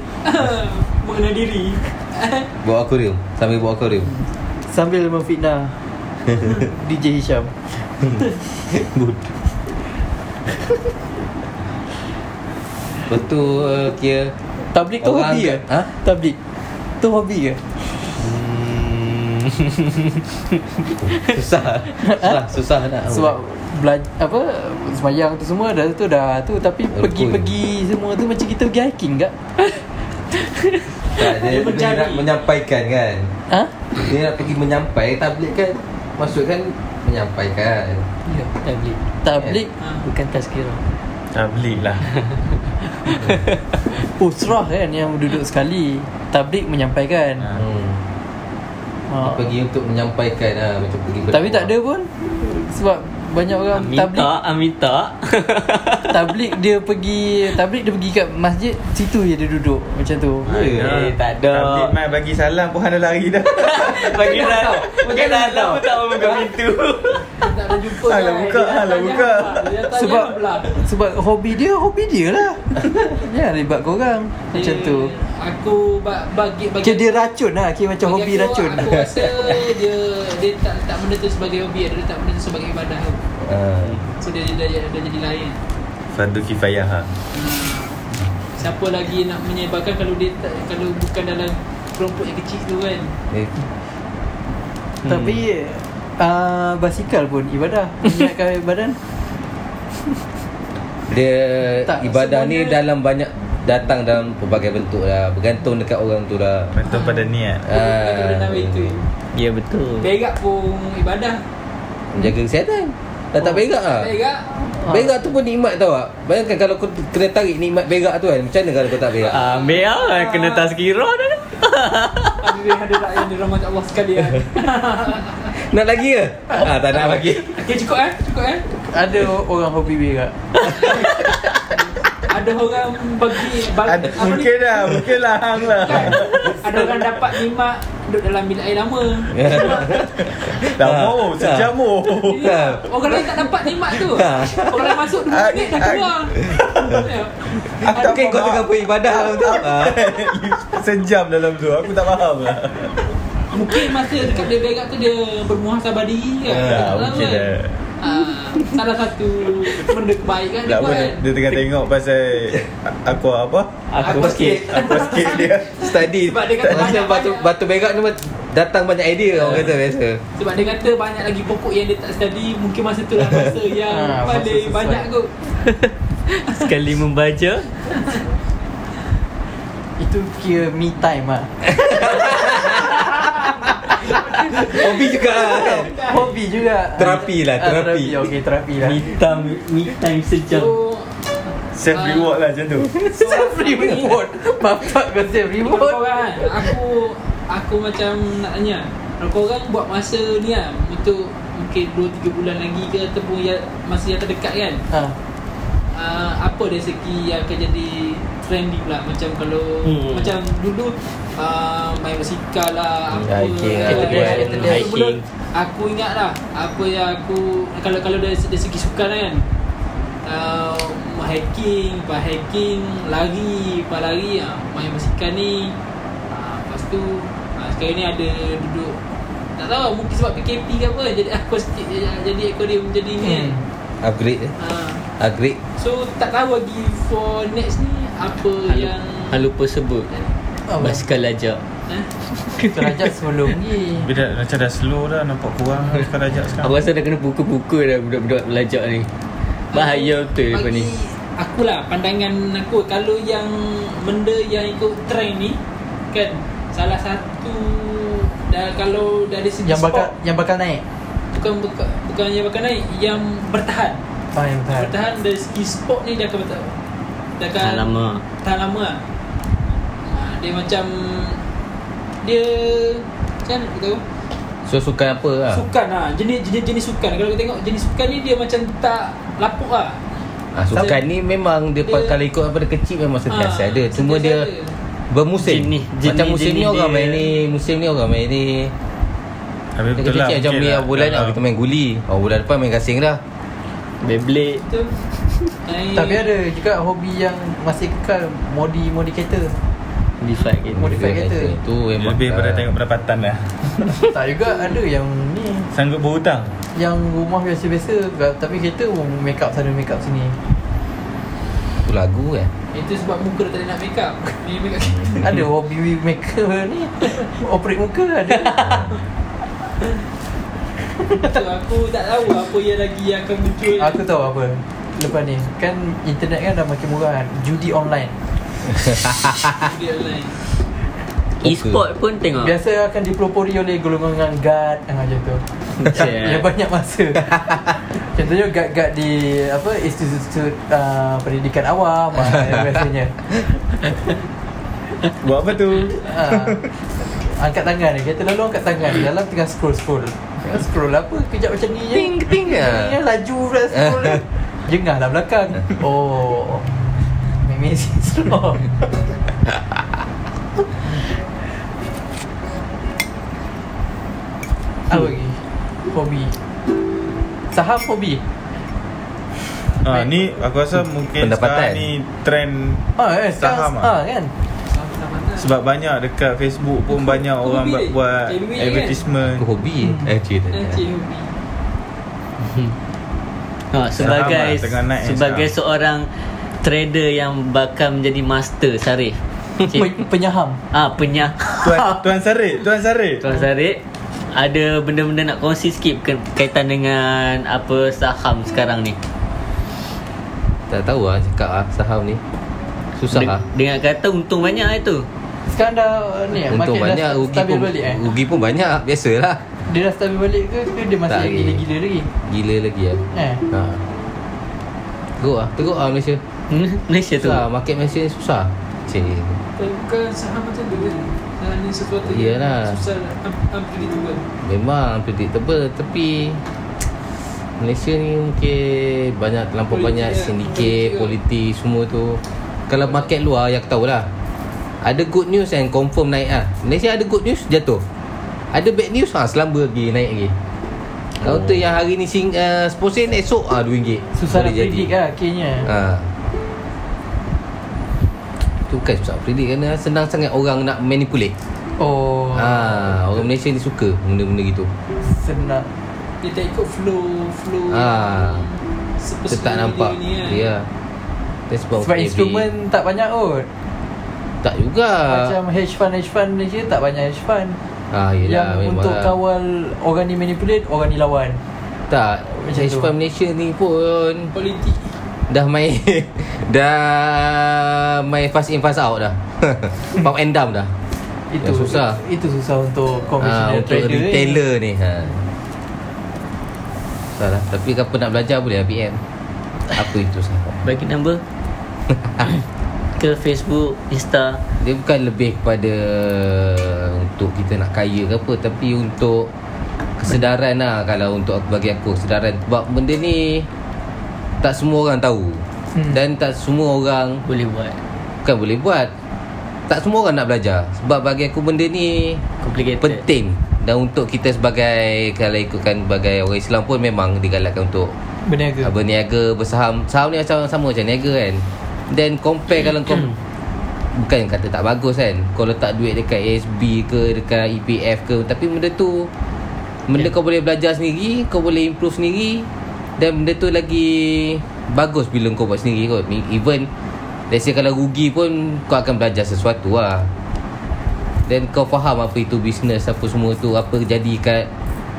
D: Mengenal diri.
C: Buat akuarium. Sambil buat akuarium.
B: sambil memfitnah DJ Hisham.
C: Good. Lepas tu uh, kira
B: Tablik tu
C: Orang
B: hobi ke?
C: angkat- Ha?
B: Tablik. Tu hobi ke?
C: hmm, susah. Susah, susah nak.
B: Sebab bela- apa semayang tu semua dah tu dah tu tapi
C: Rukun.
B: pergi-pergi semua tu macam kita pergi hiking tak?
C: tak, dia,
D: Dia
C: dia
D: mencari.
C: nak menyampaikan kan.
B: Ha?
C: Dia nak pergi menyampaikan tablet kan. Maksud kan menyampaikan.
E: Ya tablik
B: Tablik Ha.
E: Bukan tazkirah
A: Tablik lah
B: usrah kan yang duduk sekali. Tablik menyampaikan.
A: Ha.
C: Hmm.
B: Ha.
C: Pergi untuk menyampaikan lah macam pergi
B: Tapi tak ada pun sebab banyak orang tablik
E: Minta ah, Minta
B: tablik dia pergi tablik dia pergi kat masjid situ je dia duduk macam tu.
C: Ya.
E: Eh, tak ada.
A: Tablik mai bagi salam pun dah lari dah
E: Bagi dah Bagi dah Lama tak buka pintu
D: tak ada jumpa.
A: Alah,
D: kan.
A: buka,
D: Dia
A: alah,
D: tanya
A: buka.
D: pula. Dia tanya
B: Sebab
D: pula.
B: sebab hobi dia hobi dia lah. Jangan libat korang macam
D: Dia-
B: tu.
D: Eh, Aku ba- bagi bagi
B: Kira dia racun lah Kira macam hobi
D: Bagi aku,
B: racun
D: Aku rasa dia dia tak letak benda tu sebagai hobi, dia letak benda tu sebagai ibadah. tau.
C: Ah.
D: So dia dia, dia, dia jadi lain.
A: Fardu kifayah ha.
D: Siapa lagi nak menyebarkan kalau dia tak, kalau bukan dalam kelompok yang kecil tu kan.
C: Eh,
B: Tapi uh, Basikal pun ibadah Mengingatkan badan
C: Dia
B: Tak,
C: tak, ibadah ni
D: semuanya-
C: dalam banyak datang dalam pelbagai bentuk lah. Bergantung dekat orang tu lah.
A: Betul pada niat
C: Ah.
D: Itu benda itu.
E: Ya betul
D: Berak pun ibadah.
C: Menjaga kesihatan. Dah tak berak lah.
D: Berak
C: Berak tu pun nikmat tau tak Bayangkan kalau kau kena tarik nikmat berak tu kan Macam mana kalau kau tak berak
E: Ambil
D: Ah.
E: lah Kena tazkirah dah
D: ada dia ada rakyat dirahmati Allah kan? sekalian.
C: Nak lagi ke? Ah, tak nak lagi
D: Okey cukup eh, cukup eh.
B: Ada orang hobi berak
D: Ada orang bagi bal-
A: Ad, Mungkin dah Mungkin lah hang lah
D: Kan? Ada orang dapat nimak duduk dalam bilik air lama.
A: Dah mau Sejam mau
D: Ya, orang lain tak dapat nikmat tu.
C: Ha.
D: Orang lain masuk 2 minit dah keluar.
A: Aku tak
C: Mungkin kau
A: faham.
C: tengah beribadah dalam tu Ah.
A: Sejam dalam tu Aku tak faham lah
D: Mungkin masa dekat dia berak tu dia bermuhasabah diri kan.
A: Ya,
D: Tak tahu
A: mungkin
D: kan?
A: lah.
D: Ha, salah satu benda kebaikan dia
A: Tak apa
D: buat
A: dia,
D: kan.
A: dia tengah tengok pasal Aku apa
E: Aku
D: Aku
E: sikit
A: Aku sikit dia
C: Study
D: Sebab dia kata
C: Macam
D: banyak-
C: batu, batu berak ni Datang banyak idea orang kata biasa
D: Sebab dia kata banyak lagi pokok yang dia tak study Mungkin masa tu lah masa yang
B: Ha, masa
D: paling
B: sesuai.
D: banyak kot
E: Sekali membaca
B: Itu kira me time lah
C: Hobi juga lah kan
B: Hobi juga
C: Terapi lah,
B: Ah,
C: terapi.
D: Ya.
B: Okey terapi lah
E: Me time Me time sejam
D: So
A: Self reward lah macam tu
B: Self reward Bapak kau self
D: Kalau
B: reward
D: korang kan Aku Aku macam nak tanya Kalau korang buat masa ni kan Untuk Mungkin 2-3 bulan lagi ke Ataupun ya, masa yang terdekat kan
B: Ha
D: uh, Apa dari segi yang akan jadi Trendy pula Macam kalau
E: Hmm.
D: hmm. Macam dulu uh, Main basikal lah Apa
C: Hiking lah,
D: Kalau-
B: kita
D: kalau-
B: buat
D: kalau
E: hiking.
D: sebelum, Aku ingat lah Apa yang aku Kalau kalau dari, dari segi sukan lah kan uh, hiking, lepas hiking, lari, lepas lari, uh, main basikal ni. Uh, lepas tu, uh, sekarang ni ada duduk tak tahu lah, mungkin sebab PKP ke apa jadi aku jadi, jadi aquarium jadi ni kan.
B: Hmm.
C: Upgrade eh
D: Uh,
C: Upgrade
D: so tak tahu lagi for next ni apa yang
E: Hang lupa sebut
B: Apa?
E: Basikal lajak
D: Eh?
B: Kerajaan Oh, sebelum ni
A: Tapi dah, macam dah slow dah Nampak kurang Sekarang ajak
E: Aku
A: sekarang
E: rasa dah kena pukul-pukul dah Budak-budak lajak ni Bahaya betul lepas ni
D: Bagi akulah pandangan aku kalau yang benda yang ikut trend ni kan salah satu dah kalau dari segi
B: Yang bakal
D: sport,
B: Yang bakal naik
D: bukan bukan bukan yang bakal naik yang bertahan
B: Oh yang bakal
D: bertahan dari segi sport ni dia akan bertahan dia akan
E: Tahan lama
D: tahan lama lah. Ah, dia macam dia macam mana aku tahu
C: So sukan apa lah
D: sukan lah jenis, jenis jenis sukan kalau kita tengok jenis sukan ni dia macam tak lapuk lah
C: ha, Sukan ni memang dia,
D: Dia-
C: Kalau ikut daripada kecil memang sentiasa
D: Ah,
C: ada Cuma
D: sentiasa
C: dia
D: ada.
C: Bermusim
E: Jenis-
C: Macam
E: jenis-
C: musim ni
E: jenis
C: orang
E: dia.
C: main ni Musim ni orang main ni
A: Habis
C: Dia kecil macam
A: mungkin
C: ni
A: lah.
C: Bulan ni ah, kita main guli oh, Bulan depan main gasing dah
E: Beyblade
D: tu Main-
B: Tapi ada juga hobi yang Masih kekal Modi Modi kereta
E: Defy gitu
B: Modified kereta.
C: Itu memang
A: Lebih pada
C: ah,
A: tengok pendapatan lah
B: Tak juga ada yang ni
A: Sanggup berhutang
B: Yang rumah biasa-biasa Tapi kereta Make up sana make up sini
C: Itu lagu kan
D: Itu sebab muka dah tak ada nak make up Main make up
B: Ada hobi maker ni Operate muka ada
D: tu Aku tak tahu apa yang lagi yang akan muncul
B: Aku tahu apa Lepas ni Kan internet kan dah makin murah kan Judi online
D: Dia online
E: E-sport pun tengok
B: Biasa akan dipelopori oleh golongan guard ah, Macam tu
E: Macam-
B: Yang banyak masa Contohnya guard-guard di Apa Institut uh, Pendidikan Awam ah, Biasanya
A: Buat apa tu
B: Ah. Angkat tangan dia Kata lalu angkat tangan Dalam tengah scroll-scroll Tengah scroll apa Kejap macam ni je
C: Ting ting
B: Ni
C: lah
B: laju pula scroll ni. Eh. Jengah lah belakang Oh Memang slow Apa lagi? Hobi Saham hobi
A: ha, Ni aku rasa mungkin
C: Pendapatan.
A: sekarang ni Trend
B: Ah, eh, sekarang,
A: Saham
B: ah,
A: ah?
B: kan?
A: Sebab banyak dekat Facebook pun Banyak
D: Hobi
A: orang buat,
D: dia.
A: buat
D: Hobi dia kan?
A: Advertisement
C: Aku hobi
B: Hmm.
C: eh Eh cik tak
D: Encik hobi
E: Ha, sebagai
A: Sama, tengah naik
E: sebagai
A: sekarang.
E: seorang trader yang bakal menjadi master Sarif. Cik,
B: Pe- Penyaham
E: ah penyah.
A: Tuan, Tuan Sarip Tuan Sarip
E: Tuan Sarif ada benda-benda nak kongsi sikit berka- berkaitan dengan apa saham sekarang ni.
C: Tak tahu lah cakap lah saham ni Susah lah
E: Den- dengan kata untung banyak lah itu.
B: Sekarang dah uh, ni eh,
C: Untung
B: market
C: banyak
B: dah
C: rugi
B: stabil
C: pun
B: balik eh
C: Rugi pun banyak Biasalah
B: Dia dah stabil balik ke, ke dia masih
C: Tak lagi.
B: gila-gila lagi
C: Gila lagi lah
B: Eh
C: ha. Teruk lah Teruk lah Malaysia
E: Hmm,
B: Ya,
E: Malaysia tu.
C: Susah Market Malaysia ni susah Cik
D: Tapi bukan saham macam tu kan Saham ni sesuatu yang
C: Iyalah.
D: Susah un- Unpredictable
C: Memang unpredictable Tapi Malaysia ni mungkin Banyak terlampau
D: Politik
C: banyak
D: dia.
C: Sindiket
D: Politik
C: Politik
D: dia.
C: semua tu Kalau market luar Ya aku tahulah Ada good news And confirm naik lah Malaysia ada good news Jatuh Ada bad news ha, Selamba lagi Naik lagi Kau tu yang hari ni sing, uh, 10 sen Esok ah RM2
B: Susah nak
C: Boleh jadi.
B: predict lah akhirnya
C: Ha. Tu bukan susah predict kerana senang sangat orang nak manipulate.
B: Oh
C: Ha, orang Malaysia ni suka benda-benda gitu.
B: Senang
D: Dia tak ikut flow Flow
C: Ah.
D: Seperti
C: Kita tak nampak.
D: ni kan.
C: Ya. That's about
B: Sebab
C: every-
B: instrumen tak banyak kot
C: tak juga.
B: Macam hedge fund Hedge fund Malaysia tak banyak hedge fund
C: ah, yelah,
B: Yang
C: memang
B: untuk
C: lah.
B: kawal Orang ni manipulate Orang ni lawan
C: tak
B: Macam
C: macam
B: tu.
C: Hispan Malaysia ni pun
D: Politik
C: dah main dah main fast in fast out dah. Pump and dump dah.
B: Itu
C: Ya, susah.
B: Itu susah untuk
C: Ah,
B: Conventional
C: untuk
B: trader eh. ni.
C: retailer ni. Ha. Salah. Tapi apa nak belajar boleh lah PM. Apa itu sahabat?
E: Bagi nombor ke Facebook, Insta.
C: Dia bukan lebih kepada untuk kita nak kaya ke apa tapi untuk kesedaran lah kalau untuk aku- bagi aku kesedaran sebab benda ni tak semua orang tahu
B: Hmm.
C: dan tak semua orang
E: Boleh buat.
C: bukan boleh buat tak semua orang nak belajar sebab bagi aku benda ni
E: Complicated.
C: penting dan untuk kita sebagai kalau ikutkan sebagai orang Islam pun memang digalakkan untuk
B: Berniaga
C: Abang niaga Ah, bersaham Saham ni macam sama macam niaga kan Then compare kalau kau Bukan kata tak bagus kan Kau letak duit dekat ASB ke Dekat EPF ke Tapi benda tu Benda kau boleh belajar sendiri Kau boleh improve sendiri Dan benda tu lagi Bagus bila kau buat sendiri kot Ni Even Let's say kalau rugi pun Kau akan belajar sesuatu lah Then kau faham apa itu bisnes Apa semua tu Apa jadi kat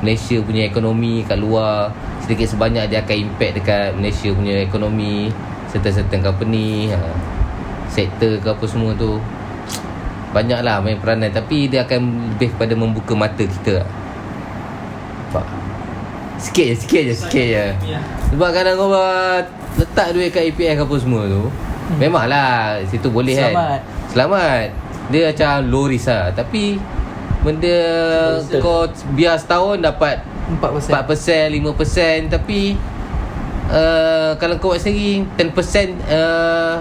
C: Malaysia punya ekonomi Kat luar Sedikit sebanyak dia akan impact Dekat Malaysia punya ekonomi Certain-certain company ha, Sektor ke apa semua tu Banyaklah main peranan Tapi dia akan lebih kepada membuka mata kita lah. Nampak? Sikit je, sikit je, sikit je
D: Ya,
C: Sebab kadang kau buat- letak duit kat E EPF apa semua tu hmm. Memanglah situ boleh
B: Selamat.
C: kan Selamat Dia macam low risk lah Tapi Benda
E: Betul.
C: kau biar setahun dapat
B: 4%
C: 4%, 5% Tapi uh, Kalau kau buat sendiri 10% uh,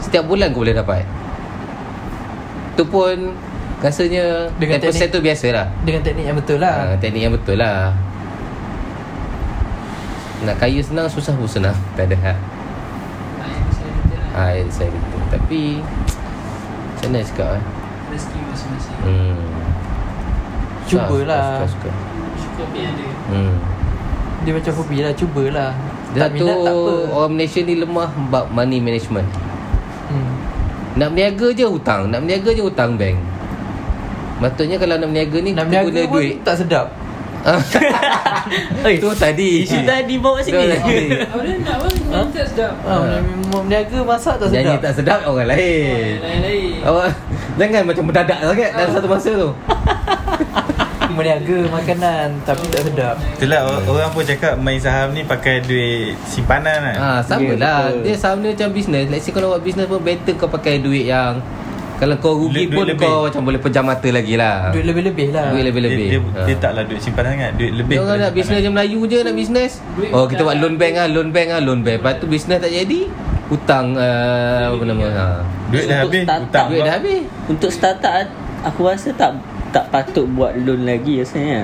C: Setiap bulan kau boleh dapat Tu pun Rasanya
B: Dengan
C: 10%
B: teknik-
C: tu biasa lah
B: Dengan teknik yang betul
C: ha,
B: lah
C: Teknik yang betul lah Nak kaya senang Susah pun senang Tak ada hak ha, saya betul. Tapi Macam mana nak cakap eh?
D: Rezeki masing-masing
C: hmm. Susah,
B: Cubalah.
C: Suka, suka, suka.
D: Syukur pun ada
C: Hmm.
B: Dia macam hobi lah Cubalah
C: Dia
B: Tak
C: tu
B: minat tak apa
C: Orang Malaysia ni lemah Bab money management
B: hmm.
C: Nak berniaga je hutang Nak berniaga je hutang bank Maksudnya kalau nak berniaga ni
B: Nak
C: Kita
B: berniaga
C: guna
B: pun
C: duit
B: tak sedap
E: Oi,
C: Tu tadi
E: isu tadi bawa
C: Tu
E: sini.
C: tadi.
D: Apa dia nak bang?
B: Ha?
D: Minta sedap
B: ha, ha. Berniaga masak tak
C: Ah. Nyanyi
B: sedap
C: tak sedap orang lain
D: Lain-lain
C: Awak Jangan macam mendadak sangat Dalam satu masa tu
B: Berniaga makanan Tapi tak sedap
A: Itulah or- orang pun cakap main saham ni pakai duit simpanan kan.
C: ha, Sama
E: Ya,
C: lah
E: betul.
C: Dia sama dia macam bisnes Let's say kalau buat bisnes pun Better kau pakai duit yang Kalau kau
A: Duit-
C: rugi
A: duit
C: pun
A: lebih.
C: Kau macam boleh pejam mata lagi lah
B: Duit lebih-lebih lah
C: Duit lebih-lebih
A: Dia, dia,
C: Ha.
A: dia taklah duit simpanan sangat, duit lebih.
C: Dia orang
A: daripada
C: nak bisnes je
A: simpanan.
C: Melayu je nak bisnes
D: Duit
C: Oh kita
D: tak
C: buat
D: ada.
C: loan bank lah Loan bank lah Loan bank Lepas tu bisnes tak jadi Hutang uh, Apa nama ha.
A: Duit dah
E: Untuk
A: habis,
E: startup.
A: hutang
C: Duit
A: pula.
C: dah habis
E: Untuk startup aku rasa tak tak patut buat loan lagi ya, rasanya.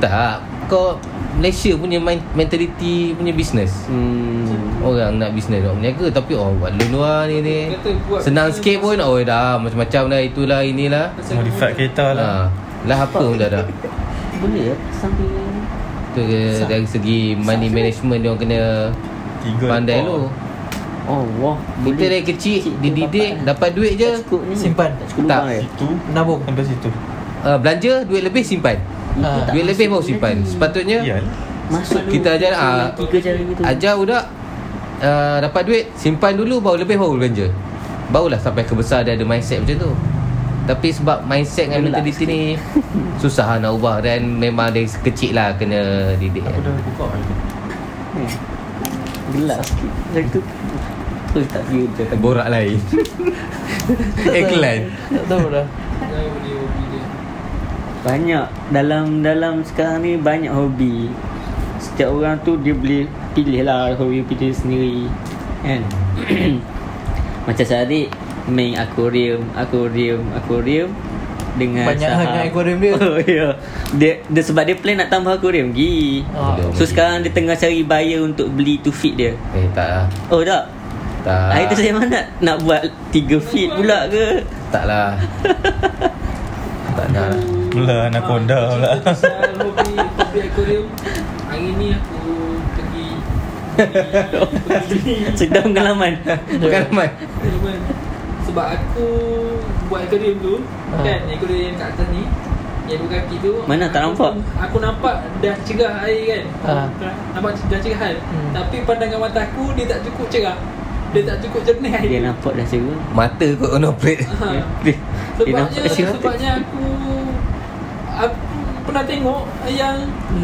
C: Tak Kau Malaysia punya main- mentality punya bisnes
E: Hmm.
C: Orang nak bisnes nak berniaga Tapi orang buat loan lah ni ni
D: Kata buat
C: Senang
D: bisnes
C: sikit pun Oh dah macam-macam dah Itulah inilah
D: Pasal
A: Modify kereta lah.
C: ha. Lah apa pun dah dah
E: Boleh ya sambil
C: Tu ke, dari segi money management Dia orang kena
A: Tiga
C: Pandai
A: ekor.
C: lu
E: Oh wah,
C: Kita dari kecil
E: eh.
C: Dididik Dapat duit je
E: cukup ni.
B: Simpan.
E: Tak cukup
C: Tak.
E: lubang eh.
A: Situ oh,
B: Nabung
A: sampai situ.
C: uh, Belanja Duit lebih simpan
B: Ah.
E: Tak
C: Duit lebih
E: masuk
C: baru simpan
E: lagi.
C: Sepatutnya
A: Iyalah.
E: Masuk
C: Kita ajar, ah,
E: tiga cara gitu.
C: Ajar budak uh, Dapat duit Simpan dulu Baru lebih baru belanja Barulah sampai ke besar Dia ada mindset macam tu Tapi sebab mindset dengan
E: Gelak
C: mentality ni Susah lah nak ubah Dan memang dari kecil lah Kena didik
A: Aku dah buka.
E: Hmm. Gelap sikit. Macam tu. Tu tak view dia tak
C: Borak lain Iklan
B: Tak tahu lah
D: Jauh dia hobi dia
E: Banyak dalam dalam sekarang ni banyak hobi. Setiap orang tu dia boleh pilih lah hobi pilih sendiri. Kan? Macam saya adik main akuarium, akuarium, akuarium dengan
B: Banyak
E: saham.
B: sangat akuarium dia.
E: Oh ya. Yeah. Dia, dia sebab dia plan nak tambah akuarium gi.
B: Ah.
E: So sekarang dia tengah cari buyer untuk beli tu feed dia.
C: Eh tak lah
E: Oh tak.
C: Tak
E: Hari tu saya mana nak, nak buat 3 feed pula ke?
C: Tak lah Tak nak lah
A: Mula lah. anaconda
D: Ah,
A: pula.
D: cerita pasal hobi hobi aquarium hari ni aku pergi pergi
E: Sedang pengalaman.
C: Bukan ramai
D: Cuma Sebab aku Buat aquarium tu
B: Ha.
D: Kan aquarium yang kat atas ni Yang dua kaki tu
E: Ah. Mana tak
D: aku,
E: nampak? Ah.
D: Aku nampak Dah cerah air kan
B: Ha.
D: Nampak dah cerah air
B: Hmm.
D: Tapi pandangan mata aku Dia tak cukup cerah Dia tak cukup jernih air
E: Dia nampak dah sewa.
C: Mata kot
B: Ah.
C: kena operate
D: Ha.
E: Dia, dia
D: Sebabnya
E: nampak dah sewa.
D: Sebabnya aku Aku pernah tengok yang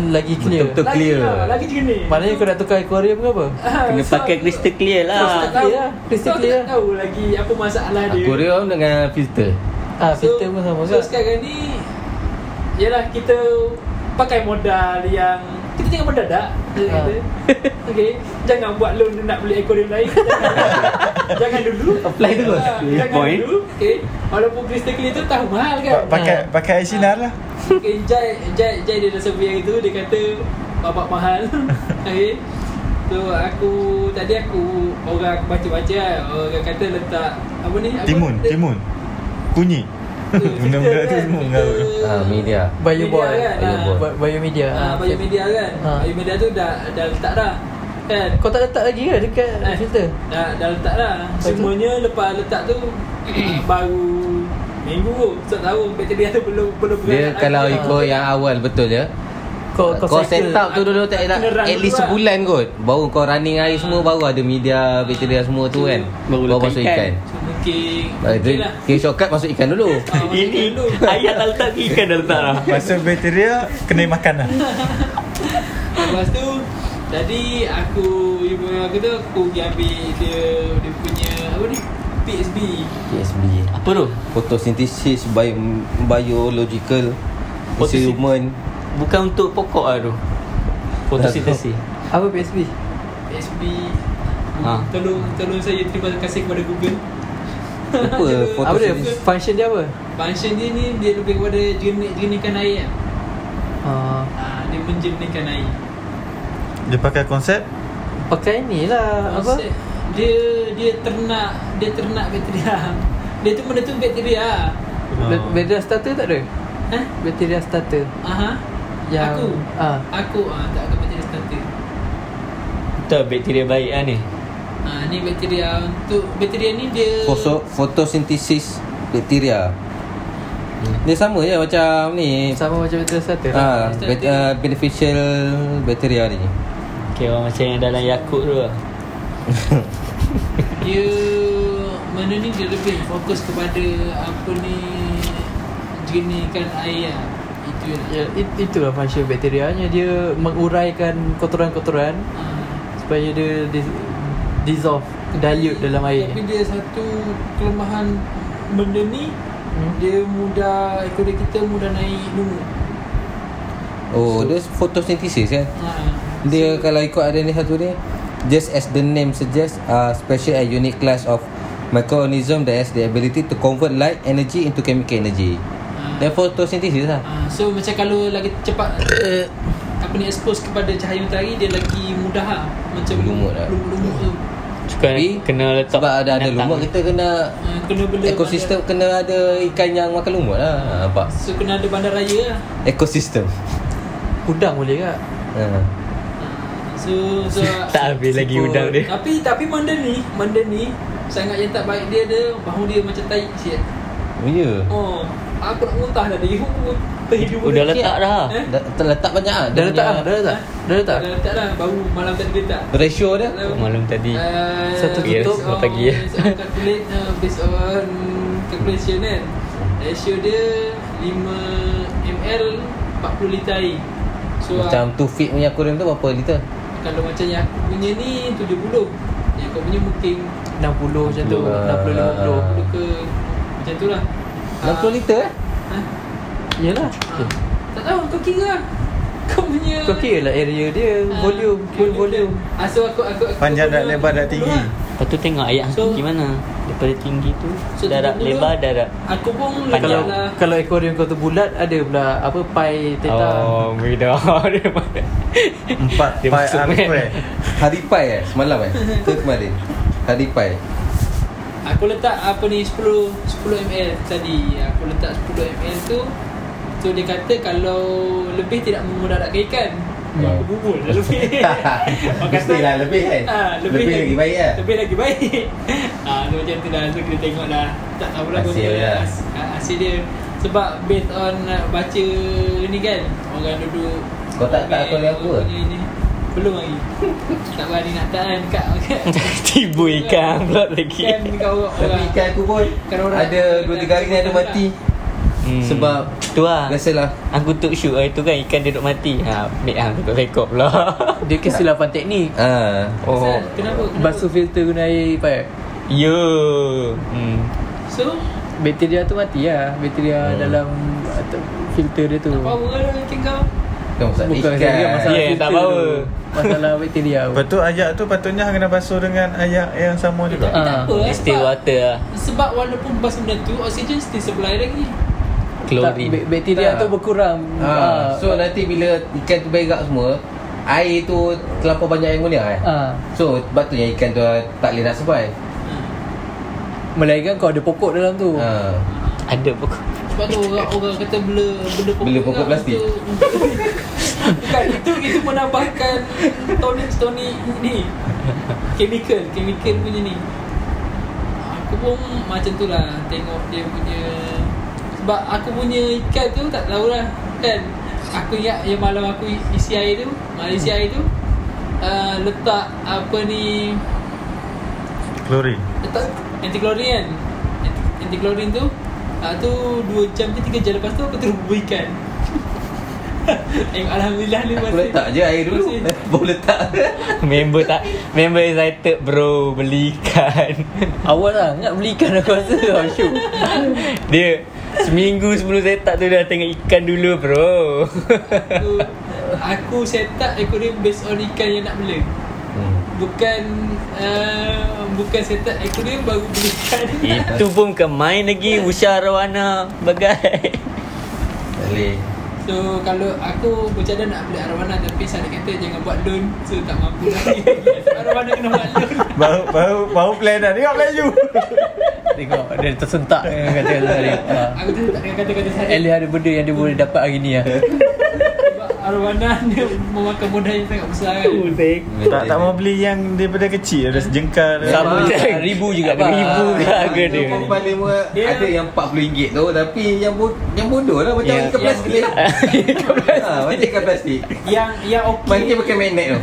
B: Lagi clear
C: Betul-betul.
D: lagi
C: clear.
D: lah, lagi jenis.
B: Maknanya kau nak tukar aquarium ke apa?
D: Ah,
E: Kena
D: so-
E: pakai crystal clear
D: so aku
E: lah
D: tak tahu-
B: Clear, crystal
D: so aku
B: clear.
D: tak tahu lagi apa masalah dia.
C: Aquarium dengan filter
B: Ah, filter pun sama
D: So
B: juga
D: sekarang ni Yalah kita pakai modal yang kita jangan mendadak Macam
B: Ha.
D: kita Okay Jangan buat loan nak beli aquarium lain Jangan- Jangan dulu
C: Apply terus.
D: Ah,
E: Clear
D: Jangan
E: point.
D: dulu Okay Walaupun crystal clear tu tahu mahal kan
C: Ya.
A: Pa- pakai pakai air sinar lah.
D: Okay, Jai, Jai, Jai dia dah survey yang itu Dia kata babak mahal Okay So aku Tadi aku Orang aku baca-baca kan, Orang kata letak Apa ni Apa?
A: Timun,
D: Let-
A: timun. Kunyi.
D: tu,
A: Benda-benda tu
D: filter kan,
A: semua
D: filter
A: mengarut.
C: Ah, media.
B: Bioboy
D: media kan,
C: Bioboy.
D: ah.
B: Bi- Biomedia
D: Ah, biomedia kan.
B: Ha.
D: Biomedia tu dah dah letak dah. Kan?
B: Kau tak letak lagi ke dekat
D: Eh.
B: filter?
D: Dah dah letak dah.
B: Lepas tu?
D: Semuanya lepas letak tu baru minggu tu. Tak tahu bakteria tu belum belum Ah.
C: Dia
D: beranak
C: kalau
D: lagi.
C: ikut yang awal betul ya
E: Oh,
B: Kau,
C: Kau, kau set
B: cycle.
C: up tu dulu tak elak
D: Kena run
C: At
D: dulu
C: least
D: lah.
C: sebulan kot Baru kau running air semua Baru ada media Bakteria semua tu kan
E: Ah.
C: Baru
E: Baru letak
C: masuk
E: ikan.
C: ikan
D: So, mungkin mungkin
C: Kira
D: lah.
C: okay, shortcut masuk ikan dulu
D: Ah, mungkin
E: Ini
D: dulu.
E: ayat tak letak ikan dah letak lah
A: Masa bakteria kena makan lah.
D: Lepas tu Tadi aku Ibu aku tu Aku pergi ambil Dia Dia punya Apa ni PSB
C: PSB
E: Apa tu?
C: Photosynthesis bio, Biological
E: Photosyn-
C: Human
E: Bukan untuk pokok lah tu Fotosintesis
B: Apa PSB?
D: PSB
E: Ha.
D: Tolong Tolong saya terima kasih kepada Google
C: Apa
B: Apa dia?
C: photosynthesis
B: Function dia apa?
D: Function dia ni Dia lebih kepada Jernih Jernihkan air kan?
B: Ah,
D: ha, Dia menjernihkan air
A: Dia pakai konsep
B: pakai ni lah apa?
D: Maksud, Dia Dia ternak Dia ternak bakteria Dia tu benda tu bakteria
A: Ah.
B: Ba- Bakteria starter tak ada?
D: Ha?
B: Bakteria starter
D: Aha.
B: Yang
D: Aku
B: ah,
D: Aku ah, Tak ada bakteria starter
E: Betul bakteria baik lah ni
D: Ha, ni bakteria untuk bakteria ni dia
C: Foso, Photosynthesis Bakteria Dia sama je macam ni
B: Sama macam bakteria starter
C: Ah, bet, uh, beneficial bakteria ni
E: Kira macam yang dalam Yakut tu lah
D: dia mana ni dia lebih fokus kepada apa ni jernihkan air lah. Itu lah.
B: Ya, it, itulah function bakterianya Dia menguraikan kotoran-kotoran
D: Ha.
B: Supaya dia dis- dissolve Dilute dalam air
D: Tapi dia satu kelemahan benda ni
B: hmm?
D: dia mudah ekonomi kita mudah naik lumut.
C: Oh, dia photosynthesis kan?
D: Ha.
C: Dia kalau ikut ada ni satu ni Just as the name suggests a special and unique class of microorganism that has the ability to convert light energy into chemical energy.
D: Ha.
C: Dia photosynthesis lah.
D: Ha. So macam kalau lagi cepat apa ni expose kepada cahaya matahari dia lagi mudah lah. Macam
C: Lumut lah.
D: lumut-lumut tu.
E: Suka
C: Tapi,
E: kena letak
C: Sebab ada ada
E: binatang.
C: lumut kita kena
D: Ha, kena benda
C: ekosistem kena ada ikan yang makan lumut lah. Ha, nampak?
D: So kena ada bandar raya lah
C: Ekosistem.
B: Udang boleh tak?
C: Ha.
D: So, so
E: Tak habis lagi
B: Siput.
E: udang dia
D: Tapi tapi benda ni Benda ni Sangat yang tak baik dia ada Bahu dia macam tahi sikit
C: Oh, ya.
D: Oh Aku nak muntah dah dia Aku terhidup
E: Udah letak Oh, dah
D: Eh?
C: Dah terletak banyak ah.
B: Dah letak ah, dah letak. Dah letak.
D: Dah letak dah Baru malam tadi letak
C: Ratio dia Eh,
D: Hello.
E: Oh, Malam tadi
D: Uh,
B: Satu
E: tutup.
D: based on-
E: Pagi, eh.
D: based on calculate, uh, Based on Calculation kan Ratio dia 5 ml 40 liter air So
C: macam 2 feet punya akuarium tu berapa liter?
D: Kalau macam yang aku punya ni 70 Yang kau punya mungkin
B: 60 macam tu
C: Ah.
B: 60
D: 60 ke Macam tu lah
C: 60 liter eh?
D: ha?
B: 50 Yalah
D: Ha? Tak tahu kau kira lah. Kau punya
B: Kau kira lah area dia
D: Ah,
B: Volume Full volume
D: ah, So aku aku, aku
A: panjang
D: punya
A: dan lebar dan
D: 70
A: tinggi.
D: lah.
E: Lepas tu tengok ayat
D: So-
E: hakiki mana Daripada tinggi tu
D: So,
E: Darat
D: 70
E: lebar
D: lah.
E: darat
D: Aku pun
B: Kalau
D: letak lah
B: kalau aquarium kau tu bulat ada pula apa pai theta.
E: Oh beda
A: Empat
E: Dia
A: pai
E: masuk
A: R
E: kan?
A: square.
C: Hari Pai eh Semalam eh Ke kemarin Hari Pai
D: Aku letak apa ni 10 10 ml tadi Aku letak 10 ml tu So dia kata kalau lebih tidak memudaratkan ikan
C: Hmm.
D: Aku bubul dah lebih Orang kata-
C: Mestilah lebih kan?
D: Ah, lebih,
C: Lebih lagi baik lah.
D: Lebih lagi baik ah, so, Macam tu dah So kita tengok dah Tak tahu lah
C: Hasil
D: berapa
C: dia.
D: has- ah, Hasil dia Sebab based on ah, baca ni kan Orang duduk
C: Kau tak- tak kau ni apa?
D: Ni- ni. Belum lagi Tak berani nak tak kan Kat kat-
E: Tibu ikan pula lagi
D: Kan kat orang
C: Tapi ikan aku pun
D: Kan orang-
C: Ada 2-3 hari ni ada mati
A: Hmm.
E: Sebab tu lah
C: Biasalah
E: Aku tuk shoot hari tu kan Ikan dia duk mati Ha Ambil hang tu rekod pula
B: Dia kesilapan teknik
C: Ah,
E: Oh
D: Kenapa? Kenapa?
B: Basuh filter guna air pipe
E: Yo hmm.
D: So
B: Bakteria tu mati lah Bakteria hmm. dalam atau filter dia tu
D: Power lah ikan kau
C: Bukan masalah
B: Bukan
C: ikan
B: saya masalah
E: Yeah,
B: filter
E: tak power.
B: tu. Masalah bakteria tu
A: Lepas tu ayak tu patutnya hang kena basuh dengan ayak yang sama juga.
B: Ah.
D: Tak apa lah
E: Dia still
D: sebab
E: water lah
D: Sebab walaupun bas benda tu Oksigen still supply lagi
E: Klorin
B: tak, ba- Bakteria
C: Tak.
B: tu berkurang
C: Ah, so nanti bila ikan tu berak semua Air tu terlampau banyak yang mulia eh?
B: ah.
C: So patutnya ikan tu ah, tak boleh nak survive
B: Melainkan kau ada pokok dalam tu
C: ah.
E: Ada pokok
D: Sebab tu orang, orang kata bela benda pokok
C: Bela pokok
D: lah
C: plastik.
D: untuk- Bukan itu itu menambahkan tonic tonic ni. Chemical, chemical punya ni. Aku pun macam tu lah tengok dia punya sebab aku punya ikan tu tak tahu lah kan. Aku ingat yang malam aku isi air tu, malam isi air tu uh, letak apa ni
A: Klorin.
D: letak anti klorin kan. Anti klorin tu ah tu 2 jam ke 3 jam lepas tu aku terus bubuhkan. Tengok alhamdulillah ni
C: Aku letak je air dulu
D: Masih.
C: Baru letak
E: Member tak Member excited bro Belikan
B: Awal lah Nak belikan aku rasa Oh shoot
E: Dia Seminggu sebelum saya tak tu Dah tengok ikan dulu bro
D: Aku, aku set up aquarium based on ikan yang nak bela.
C: hmm.
D: Bukan uh, bukan set up aquarium baru beli ikan.
E: Itu pun bukan main lagi Usha Rawana Bagai
C: Tak boleh
D: So kalau aku bercadang nak beli arwana tapi sana kata jangan buat loan. So tak mampu lagi. arwana kena buat loan.
A: Baru baru baru plan dah. Tengok plan you.
B: Tengok Dia tersentak dengan Kata-kata tadi Ah.
D: Aku tu tak ada kata-kata
B: At
D: saya.
B: least ada benda yang dia boleh dapat hari ni lah
D: Sebab arwana dia memakan modal yang sangat besar kan.
A: tak tak mau beli yang daripada kecil ada sejengkal. dia.
E: Sama
B: Memang
E: je
B: Ah, ribu juga
E: Ada
B: bang.
E: Ribu ke harga
C: Dia
E: dia
C: pun paling murah
D: Dia-
C: Ada yang RM40 tu Tapi yang bo- yang bodoh lah Macam
E: Ya,
C: ikan
E: ya.
C: plastik Ah, Macam ikan plastik
D: Yang yang okey.
C: Mana pakai magnet tu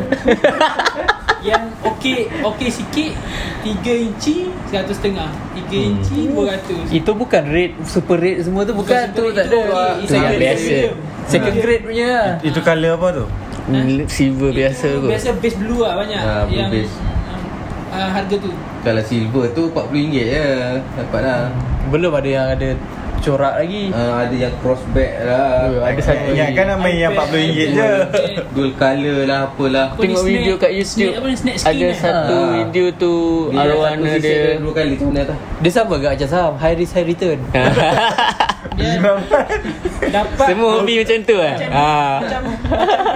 D: Yang okey okey sikit 3 inci 100 setengah 3
E: Hmm.
D: inci 200
B: Itu bukan rate Super rate semua tu Bukan tu
D: super
B: tak
D: rate, itu
B: ada
D: okey,
E: Tu yang
D: second
E: biasa.
D: grade.
B: Second grade punya lah
A: Itu colour apa tu?
E: Silver biasa
D: Itu
E: kot
D: Ha? Biasa base blue lah banyak
C: Ah, blue
D: Yang
C: base.
D: ah, harga tu
C: Kalau silver tu RM40 je Dapat lah
B: Belum ada yang ada Corak lagi
C: Ah, Ada yang crossback lah
B: Oh, ada satu
A: Yang
B: lagi.
A: kan nama yang RM40 je.
C: Dual colour lah apalah
D: Apa ni,
E: Tengok
D: snack?
E: video kat YouTube
D: Snack apa ni, snack skin
E: Ada
D: eh?
E: satu
C: Ah.
E: video tu Arwana
C: satu sisi
E: dia
C: Dua kali tu mana tak
B: Dia sama ke Acah Saham High risk high return
D: Dia Dapat
E: Ah, Semua hobi macam tu eh
D: Macam-
E: Ah.
D: Macam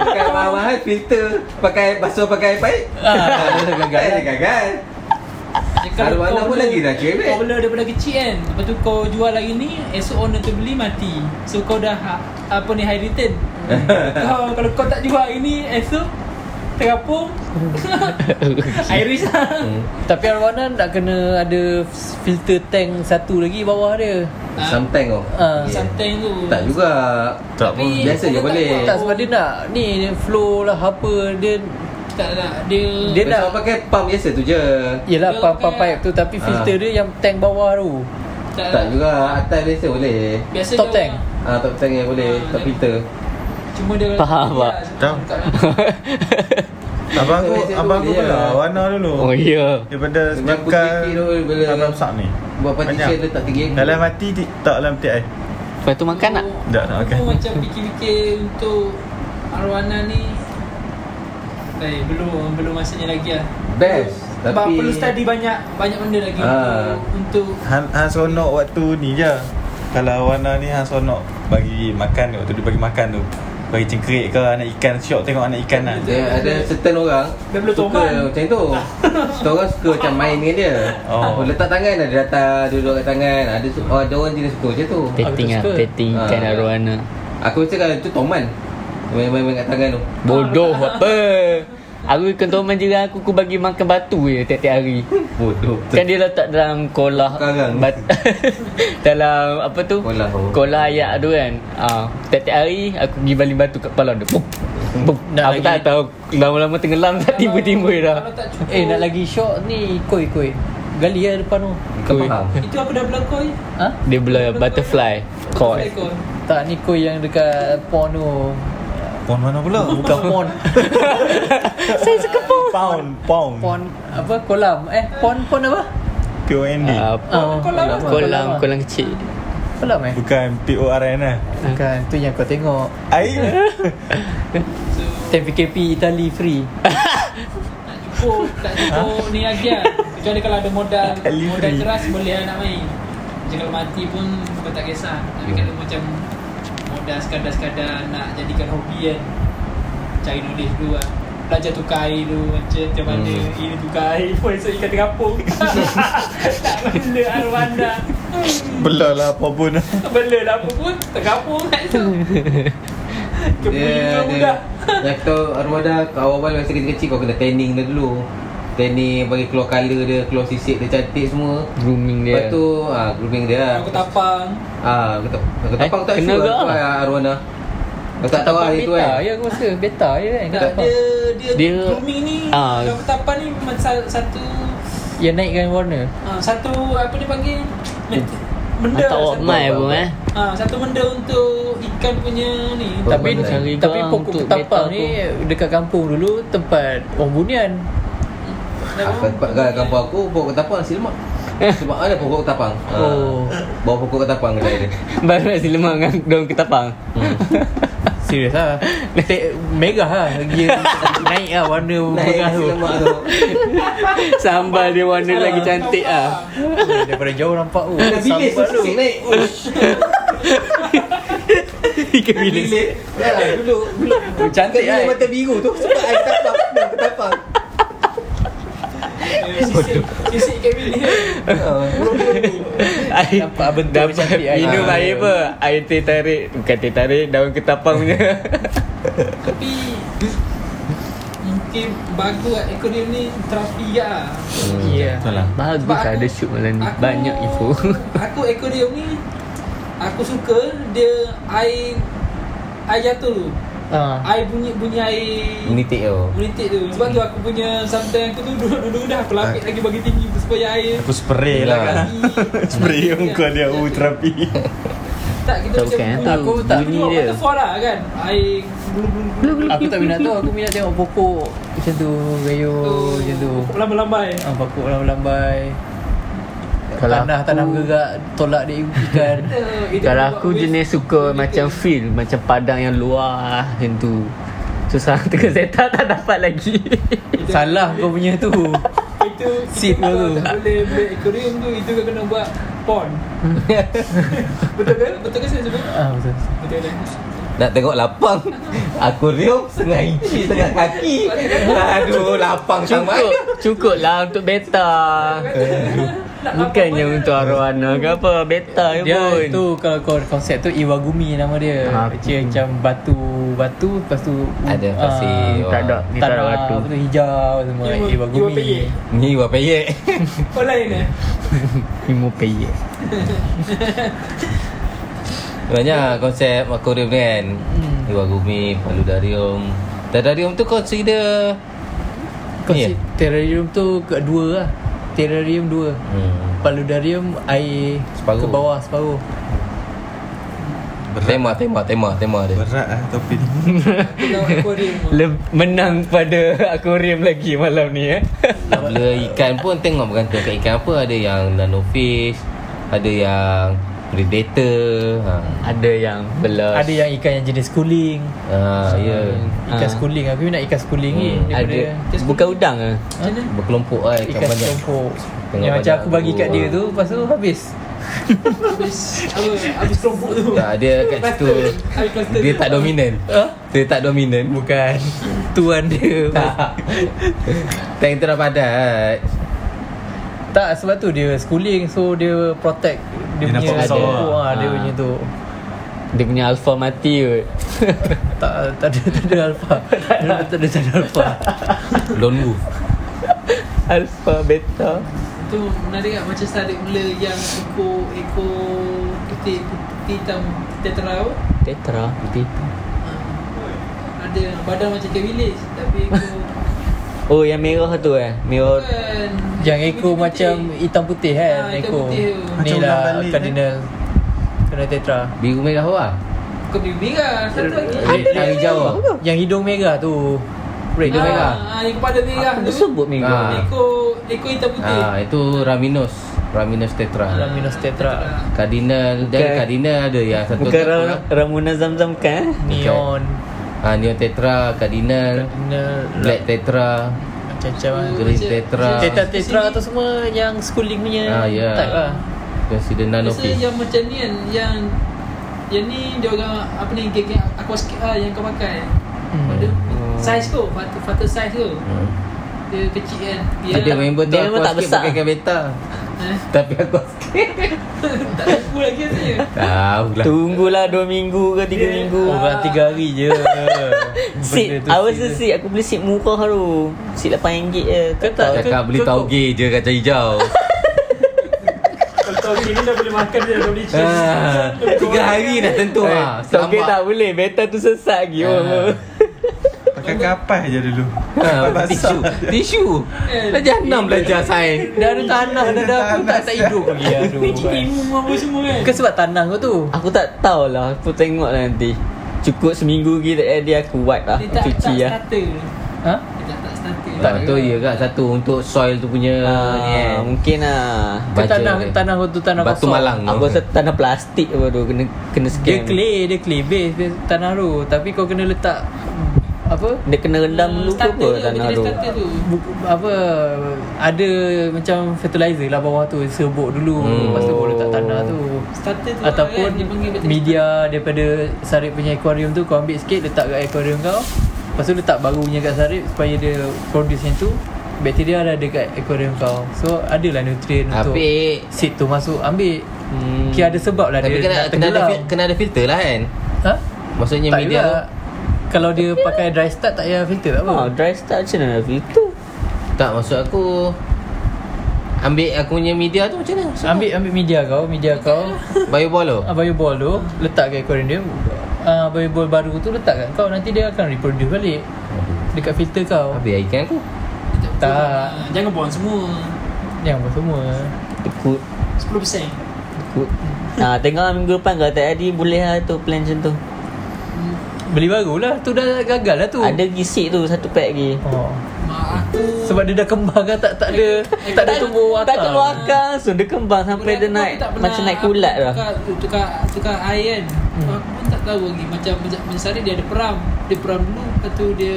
C: Pakai mahal-mahal filter Pakai basuh pakai baik Dia gagal Dia gagal
D: Dia kalau
C: Arwana
D: kau
C: pun
D: bela-
C: lagi dah cewek.
D: Kau bela daripada kecil kan Lepas tu kau jual lagi ni Esok owner tu beli mati So kau dah ha- Apa ni high return kau, Kalau kau tak jual hari ni Esok Terapung Irish lah
C: Hmm.
B: Tapi Arwana nak kena ada filter tank satu lagi bawah dia.
C: Sometimes oh
B: Ah,
C: Yeah.
D: Sometimes tu
C: Tak juga
A: Tak pun.
D: Tapi-
C: Biasa je
D: Kau
C: boleh
D: Oh.
B: Tak sebab dia nak ni flow lah apa dia
D: Tak nak Dia
B: Dia-
C: Biasa
B: nak-
C: orang pakai pump biasa tu je
B: Yelah
D: Dia
B: pump pump
D: pakai-
B: pipe tu tapi filter
C: Ah.
B: dia yang tank bawah tu.
C: Tak juga Atas biasa boleh
D: lah. Biasa
B: Top
D: dia
B: tank.
D: orang-
C: Ah, tak tangan boleh
D: Ah,
C: Tak
D: dia-
C: filter
D: Cuma dia ya,
E: Faham, Pak.
A: Tahu.
B: Kan
A: Abang aku abang aku pula warna dulu.
E: Oh ya
A: Daripada
C: Memang
A: sejengkal
C: putih tu bila-
A: sampai besar ni.
C: Buat partition
A: Banyak.
C: letak tinggi
A: Dalam hati ti- tak dalam tiap air.
E: Lepas tu makan nak
A: Tak, tak
D: Aku
A: makan.
D: macam fikir-fikir Untuk Arwana ni Eh, belum belum masanya lagi lah.
C: Best
D: Sebab
C: Tapi
D: perlu study banyak banyak benda lagi
C: Ah.
D: untuk, untuk
A: Han, han seronok waktu ni je. Kalau warna ni han seronok bagi makan waktu dia bagi makan tu. Bagi cengkerik ke anak ikan syok tengok anak ikan lah.
C: Dia ada certain orang
D: Dia belum
C: Suka
D: toman.
C: macam tu Certain orang suka macam main dengan dia
A: Oh.
C: oh. Letak tangan ada datang Duduk kat tangan Ada su- oh, ada orang jenis suka macam tu
E: Petting lah
B: suka.
E: Petting ikan
C: Ah.
E: arwana
C: Aku rasa kalau tu toman Main-main kat tangan tu
E: Bodoh apa Aku ikan toman juga aku Aku bagi makan batu je Tiap-tiap hari
C: Bodoh
E: Kan dia letak dalam kolah
C: Karang.
E: bat- Dalam apa tu
C: Kolah. oh.
E: Kolah ayak tu kan ah, Tiap-tiap hari Aku pergi baling batu kat kepala dia Pup. Pup.
B: Nak
E: Aku
B: lagi-
E: tak tahu Lama-lama tenggelam tak tiba-tiba dah
D: Kalau tak cukup
B: Eh nak lagi short ni koi koi. gali lah depan tu
C: Kau
B: Koi.
C: faham?
D: Itu aku dah belakoi
B: Ha?
E: Dia bela butterfly Koi
D: Belakoi
B: Tak ni koi yang dekat pond tu
A: Pound mana pula?
B: Bukan pond
A: Oh. Saya suka pound. Pound, pound.
B: Pond apa kolam Eh pond pond apa?
A: P-O-N-D.
E: Ah,
B: Oh,
D: kolam.
E: Kolam Kolam kecil
B: Kolam eh?
A: Bukan P-O-R-N lah.
B: Bukan tu yang kau tengok
A: Air.
B: Time PKP Itali free
D: Tak cukup Tak cukup ni lagi lah Kecuali kalau ada modal
A: Kali
D: Modal
A: free.
D: keras boleh lah nak main Macam kalau mati pun Kau tak kisah Tapi kalau macam Modal sekadar-sekadar Nak jadikan hobi kan Cari knowledge dulu lah Belajar tukar air dulu Macam macam mana Ini tukar air Pun esok ikan terkapung Tak bela arwanda
A: Belah lah apa pun.
D: Bela lah apa pun Terkapung kat tu
C: Dia
D: Kepulih
C: ada
D: budak
C: Yang kau armada Kau awal masa kecil-kecil Kau kena tanning dia dulu Tanning bagi keluar colour dia Keluar sisik dia cantik semua
E: Grooming dia
C: Lepas tu ah, Grooming dia lah
D: Aku tapang
C: Ah, aku tak aku tak
E: Eh,
C: aku tak
E: kena
C: sure
E: ke?
C: apa ah, arwana. Aku tak tahu hari tu
B: Beta
C: kan.
B: ya aku rasa Beta je kan
D: Tak, dia, dia, dia
E: Dia-
D: grooming ni
E: Ah.
D: Kalau ketapan ni memang sa- satu
B: Yang naikkan warna
D: ah, Satu apa dia panggil Benda
E: Hantar awak
D: satu-
E: mai pun eh
D: ah, Satu benda untuk ikan punya ni
C: Oh,
B: Tapi
C: mana
E: cari
B: tapi
E: gang
B: pokok
E: untuk
B: ketapang
E: beta
B: ni Dekat kampung dulu Tempat orang bunian
C: Aku dapat kat kan kampung aku pokok ketapang nasi lemak. Sebab ada pokok ketapang. Ah.
B: Oh.
C: Bawa pokok ketapang kedai dia.
E: Baru nak silemak dengan daun ketapang
C: Hmm.
B: Serius lah Tek, Merah lah Dia naik lah warna
C: Naik
B: merah
C: nasi
B: tu
C: lemak tu.
E: Sambal dia warna lagi cantik ah.
B: Oh, Daripada jauh nampak oh,
C: Dah bilis
B: sambal tu.
C: sisik naik.
E: Ikan bilis
C: Bilis. Dah lah dulu dulu.
B: Cantik
C: Kan
B: kan?
E: eh.
C: mata biru tu sebab air ketapang, daun ketapang.
D: Sisi ikan bilik
C: Ah,
E: Air,
B: Eh, Nampak bentuk
E: dapat
B: cantik air.
E: minum
C: Ah,
E: air
C: ya.
E: apa? Air teh tarik Bukan teh tarik Daun ketapang punya
D: Tapi Mungkin bagus kat aquarium ni Terapi juga lah
B: Ya
A: Betul lah.
E: Bagus
D: Sebab
E: lah
D: aku-
E: ada shoot malam ni
D: aku-
E: Banyak info
D: Aku aquarium ni Aku suka Dia air Air jatuh tu
B: Ah.
D: Air bunyi bunyi air
C: Menitik tu.
D: Menitik tu Sebab tu aku punya Sometimes aku tu duduk-duduk dah Aku lapik lagi bagi tinggi Supaya air
A: Aku spray lah. Spray muka dia U terapi.
D: Tak kita macam
E: Tak bukan,
D: bunyi-
E: aku
D: tak
E: bunyi
D: tengok
E: dia.
D: waterfall lah kan Air bulu-bulu
B: Aku tak minat tu Aku minat tengok pokok Macam tu Gayo
E: Oh,
B: Macam tu
D: Lambai-lambai
B: ah, Pokok lambai-lambai
E: Kalau
B: Tanah tanam gerak Tolak dia ikan
E: Kalau aku jenis suka macam feel Macam padang yang luar Macam tu Susah teka zeta tak dapat lagi
B: Salah kau punya tu
D: Itu
B: Sip
D: Kita kalau
B: dulu.
D: tak boleh Beli aquarium tu Itu kau kena buat Pond Betul ke? Betul ke saya sebut?
B: ah, betul.
D: Betul kan? ke?
C: Nak tengok lapang Akuarium Setengah inci Setengah kaki Aduh Lapang sama
E: Cukup Cukup lah untuk beta
B: Eh,
D: Nak
E: Bukannya
D: lapang
E: untuk arwana ke apa Beta je
B: Dia
E: pun
B: tu kalau kau konsep tu Iwagumi nama dia
E: Ah,
B: Dia
E: betul.
B: macam batu Batu Lepas tu
C: Ada
B: ah,
C: pasir
E: Tak ada Ni tak ada
B: Tanah
E: batu
B: Lepas tu hijau semua
D: Iwa-
B: Iwagumi
D: Iwapeye.
C: Ni buat payek
D: Oh lain eh?
E: Imo payek
C: Banyak konsep akuarium ni kan hmm. Iwagumi, Paludarium Terrarium tu consider
B: Kau
C: Ni ya?
B: si terrarium tu ke dua lah Terrarium dua
C: hmm.
B: Paludarium air
C: Separuh.
B: Ke bawah separuh
C: Tema, tema, tema, tema dia
A: Berat lah topik ni.
D: Kalau aquarium
E: Leb- Menang pada akuarium lagi malam ni eh
C: Nak bela ikan pun tengok bergantung kat ikan apa Ada yang nanofish Ada yang predator ha.
E: Ada yang belas
B: Ada yang ikan yang jenis kuling Hmm,
C: Ha, ya
B: Ikan
E: Ah.
B: skuling Aku minat ikan skuling ni
C: Hmm,
B: Daripada
E: Ada Bukan udang ke?
D: Macam mana?
C: Berkelompok lah ikan,
B: Ikan
C: banyak
B: selompok
C: Tengok
B: Yang macam
C: banyak
B: aku bagi kat
C: tu.
B: dia tu Lepas tu habis
D: Habis Apa? Habis kelompok tu
C: Tak, dia kat situ
D: Habis cluster
C: Dia
D: tu.
C: tak dominan
B: Huh?
C: Dia tak dominan
B: Bukan Tuan dia
C: Tak Tank tu dah padat
B: Tak sebab tu dia schooling So dia protect Dia,
A: Dia
B: punya
A: nampak
B: ada
A: besar.
B: ha, Dia
E: Ah.
B: punya tu
E: Dia punya alfa mati kot
B: Tak tak ada tak ada alfa Tak ada tak ada alfa
C: Lone wolf
E: Alfa beta
D: Tu menarik kat Macam tarik mula yang ekor Ekor putih Putih Ha. hitam Tetera apa?
E: Tetra Beta
D: Ada badan macam Kevin Lee Tapi ekor
E: Oh yang merah tu eh Merah
D: Kan
B: Oh, Yang ekor macam hitam putih
D: Ah,
B: kan
D: hitam
B: Ekor
D: putih tu.
A: Macam
B: Ni
A: ulang
B: lah
A: balik, eh?
B: Cardinal Cardinal Tetra
C: Biru merah lah
D: Kau biru merah Satu lagi
B: Eh,
C: Red tak hijau lah
B: Yang hidung merah tu Red
C: Hidung
D: Ah,
C: merah.
D: ah, Yang kepala merah
E: Apa
D: tu
E: sebut merah
C: Ah.
D: Ekor Ekor hitam putih
E: Eh.
C: Ah, Itu Raminos Raminos Tetra
B: Raminus Tetra
C: Cardinal Dan
E: Bukan.
C: Cardinal ada yang satu
E: Bukan
C: tak
E: Ra- Ramuna Zamzam kan eh?
B: Neon
C: Ah, Neo Tetra Cardinal
B: Cardinal
C: Black Tetra
B: Macam-macam lah.
C: Green Tetra
B: Tetra Tetra tu semua Yang schooling punya
C: Ah, ya.
B: Type lah
C: Consider nano
D: Biasa
C: piece
D: yang macam ni kan Yang Yang ni dia orang Apa ni Geng aquascape lah Yang kau pakai
B: Hmm.
D: Pada Size tu Fatu, fatu size tu
C: Hmm.
D: Dia kecil kan Dia
C: Ada member tu aku
E: Dia memang tak
C: tak
E: besar.
C: besar. pakai kereta.
D: Eh,
C: Tapi aku sikit.
D: Tak mampu lagi rasanya
C: Tahu lah.
E: Tunggulah 2 minggu ke 3
D: Dia-
E: minggu
C: Oh,
B: Orang tiga hari je
E: Seat I was a seat Aku beli seat murah tu Seat RM8 je Tak tahu
C: Cakap beli
B: cukup.
C: tauge je kacang hijau.
D: Kalau kini dah boleh makan Dia dah boleh
C: Ah, Tiga hari dah tentu
E: Eh,
C: lah.
E: Tauge tak boleh Beta tu sesat lagi
C: Ah.
E: orang.
A: Pakai kapas je dulu
B: Ah,
C: Ha,
A: Kapas
C: tisu
A: basah
C: Tisu Belajar enam belajar sains
B: Dah ada tanah Dah ada aku tak tak hidup lagi Aduh
D: Ilmu apa semua kan
B: Bukan sebab tanah kau tu
E: Aku tak tahulah Aku tengok lah nanti Cukup seminggu lagi tak jadi aku wipe lah
D: Dia tak
E: Cuci
D: tak
E: lah
D: starter
B: Ha?
D: Dia tak tak starter
C: Tak betul ya kak Satu untuk soil tu punya ni
E: Ah,
C: kan.
E: Mungkin lah
B: Ke
C: Baja
B: tanah
C: dia.
B: Tanah kau tu tanah
C: Batu
B: kosong
C: Malang.
E: Aku rasa tanah plastik apa tu Kena kena scan
B: Dia clay Dia clay base dia Tanah tu Tapi kau kena letak hmm, Apa
E: Dia kena rendam dulu ke apa
D: Hmm, Starter tu
E: tanah
D: Dia
E: tu
D: starter tu
B: Bu- apa ada macam fertilizer lah bawah tu serbuk dulu
C: Hmm.
B: hmm. lepas tu baru letak tanah tu
D: Starter tu
B: ataupun
D: kan, dia panggil betul-
B: media daripada sarip punya aquarium tu kau ambil sikit letak kat aquarium kau lepas tu letak baru punya kat sarip supaya dia produce yang tu bakteria ada dekat aquarium kau so adalah nutrien untuk
C: Apik.
B: seed tu masuk ambil
E: Hmm.
B: hmm. kira ada sebab lah
C: Tapi
B: dia
C: kena
B: nak
C: kena ada,
B: tenggelam.
C: fil- kena ada filter lah kan
B: ha?
C: Maksudnya
B: tak
C: media
B: payah. kalau dia pakai dry start tak payah filter tak apa
C: Oh.
E: Ah, dry start macam mana filter?
C: tu Tak maksud aku Ambil aku punya media tu macam mana
B: ambil ambil media kau media kau
C: Bioball tu
B: Abang ball tu Letak kat aquarium dia uh, Abang ball baru tu letak kat kau Nanti dia akan reproduce balik Dekat filter kau
C: Habis lah ikan aku
B: Tak
D: Ah, Jangan buang semua
B: Yang apa semua
E: Tekut
D: 10%
E: Tekut Ah, tengok lah minggu depan kalau tak jadi boleh lah tu plan macam tu
B: Beli baru lah Tu dah gagal lah tu
E: Ada gisik tu satu pack lagi
B: oh.
D: Mak aku
B: Sebab dia dah kembang kan Tak, tak ada Tak ada tumbuh
E: Tak keluar
B: akar
E: akar langsung Dia kembang
D: Budak
E: sampai dia
D: aku
E: naik
D: tak pernah-
E: Macam naik kulat
D: aku
E: lah
D: Tukar, tukar, tukar air kan
B: Hmm.
D: Aku pun tak tahu lagi Macam Menja- Mensari dia ada peram Dia peram dulu Lepas tu dia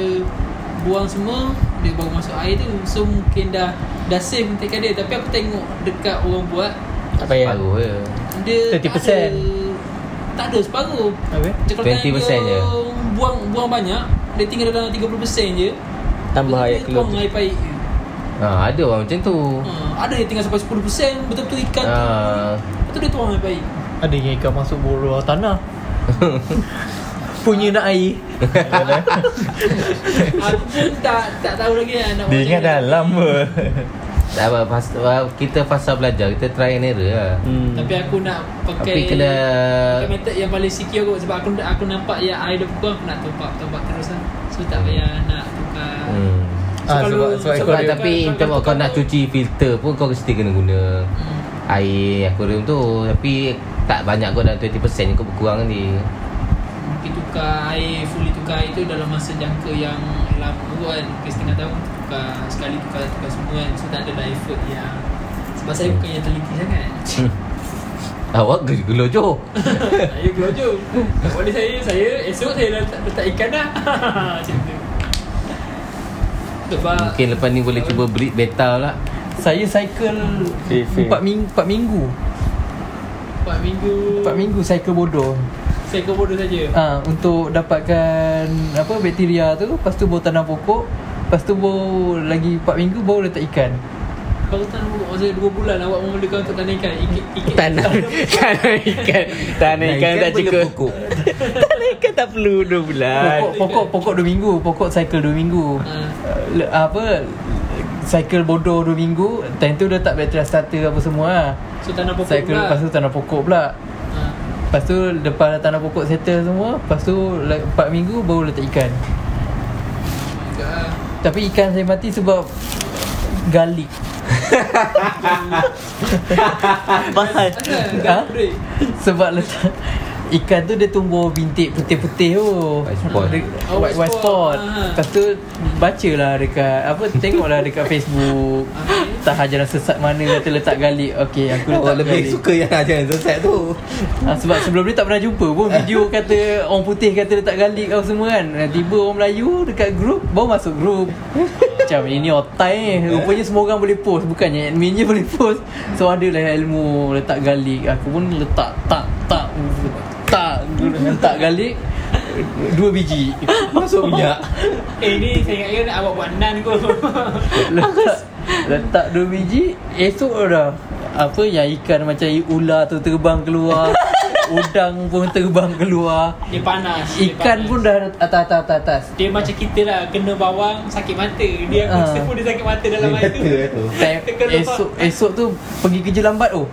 D: Buang semua Dia baru masuk air tu So mungkin dah Dah save Tekan dia Tapi aku tengok Dekat orang buat
B: Ya.
E: Tak payah
C: Baru je
D: Dia
B: 30%.
D: tak ada Tak ada separuh
B: Apa?
D: Macam
C: 20%
D: kalau tanya
C: je.
D: Buang buang banyak Dia tinggal dalam 30% je Lepas
E: Tambah
D: tu
E: ayat
D: dia
E: keluar
D: Buang air pahit je.
C: ha, Ada orang macam tu
D: Ha, Ada yang tinggal sampai 10% Betul-betul ikan tu
C: Ah.
D: Lepas tu dia tuang air pahit
B: Ada yang ikan masuk bawah tanah Punya nak air
D: Aku pun tak tak tahu lagi lah nak
A: Dia ingat dalam apa
C: Tak apa pas, ah, Kita fasa belajar Kita try and error lah
E: Hmm.
D: Tapi aku nak pakai
C: Tapi kena ah.
D: pakai method yang paling sikit aku sebab aku aku nampak yang air dah buang aku nak top up top up terus lah. So tak payah nak tukar.
C: hmm.
D: So,
B: Ah,
D: kalau-
B: sebab- sebab
C: Sebab kan
B: Aquarium.
C: tapi in term of kau nak cuci filter pun kau mesti kena guna
D: Hmm.
C: air aquarium tu Tapi tak banyak kau dalam 20% kau berkurang nanti
D: Mungkin tukar air fully tukar air tu dalam masa jangka yang lama tu kan. Mungkin setengah tahun tukar sekali tukar tukar semua kan. So tak ada dah effort yang sebab saya
C: Hmm.
D: bukan yang teliti sangat.
C: Awak gelo jo
D: saya gelojo. Tak boleh saya saya esok saya letak, letak ikan dah. Macam tu. Sebab
C: Mungkin lepas ni boleh cuba breed beta pula
B: Saya cycle
F: Fair, fair.
B: 4 minggu 4 minggu
D: 4 minggu
B: 4 minggu cycle bodoh
D: Saya kau bodoh saja
B: ha, untuk dapatkan apa bakteria tu lepas tu baru tanam pokok lepas tu baru lagi 4 minggu baru letak ikan
D: Kau tanam pokok Masa 2 bulan lah awak memulakan untuk tanam ikan
B: Hmm.
D: Ikan, ikan.
E: Tanam Tanam ikan
C: Kan
E: Tanam ikan tak cukup Tanam ikan tak perlu 2
B: pokok
E: bulan
B: pokok pokok 2 minggu pokok cycle 2 minggu
D: Ah,
B: Uh, le- apa cycle bodoh 2 minggu time tu letak bakteria starter apa semua lah
D: So tanam pokok
B: cycle
D: pula
B: lepas tu tanam pokok pula
D: lah. Ah,
B: lepas tu lepas tanam pokok settle semua lepas tu 4 minggu baru letak ikan
D: enggak lah.
B: Tapi ikan saya mati sebab garlic.
E: Pasal
B: Ha? Sebab letak Ikan tu dia tumbuh bintik putih-putih tu
C: White spot.
B: Dia-
D: Oh,
B: White, white
D: white
B: spot
D: spot. Ah.
B: Lepas tu Bacalah dekat Apa Tengoklah dekat Facebook Tak ajaran sesat mana Kata letak galik Okay aku letak
C: Awak lebih
B: garlic.
C: suka yang ajaran sesat tu
B: ha, Sebab sebelum ni tak pernah jumpa pun Video kata Orang putih kata letak garlic Kau semua kan Ha, Tiba orang Melayu Dekat grup Baru masuk grup Macam ini otai ni Rupanya semua orang boleh post Bukannya adminnya boleh post So adalah ilmu Letak garlic Aku pun letak Tak Tak Tak Letak garlic Dua biji Masuk minyak
D: Eh ni saya ingat kan awak buat nan kot
B: Letak Letak dua biji Esok dah Apa yang ikan macam ular tu terbang keluar Udang pun terbang keluar
D: Dia panas dia
B: Ikan
D: panas.
B: pun dah atas atas atas atas.
D: Dia macam kita lah Kena bawang Sakit mata Dia aku
B: Ah.
D: rasa pun dia sakit mata dalam air tu
C: Kata tu
B: Time, esok esok tu pergi kerja lambat tu.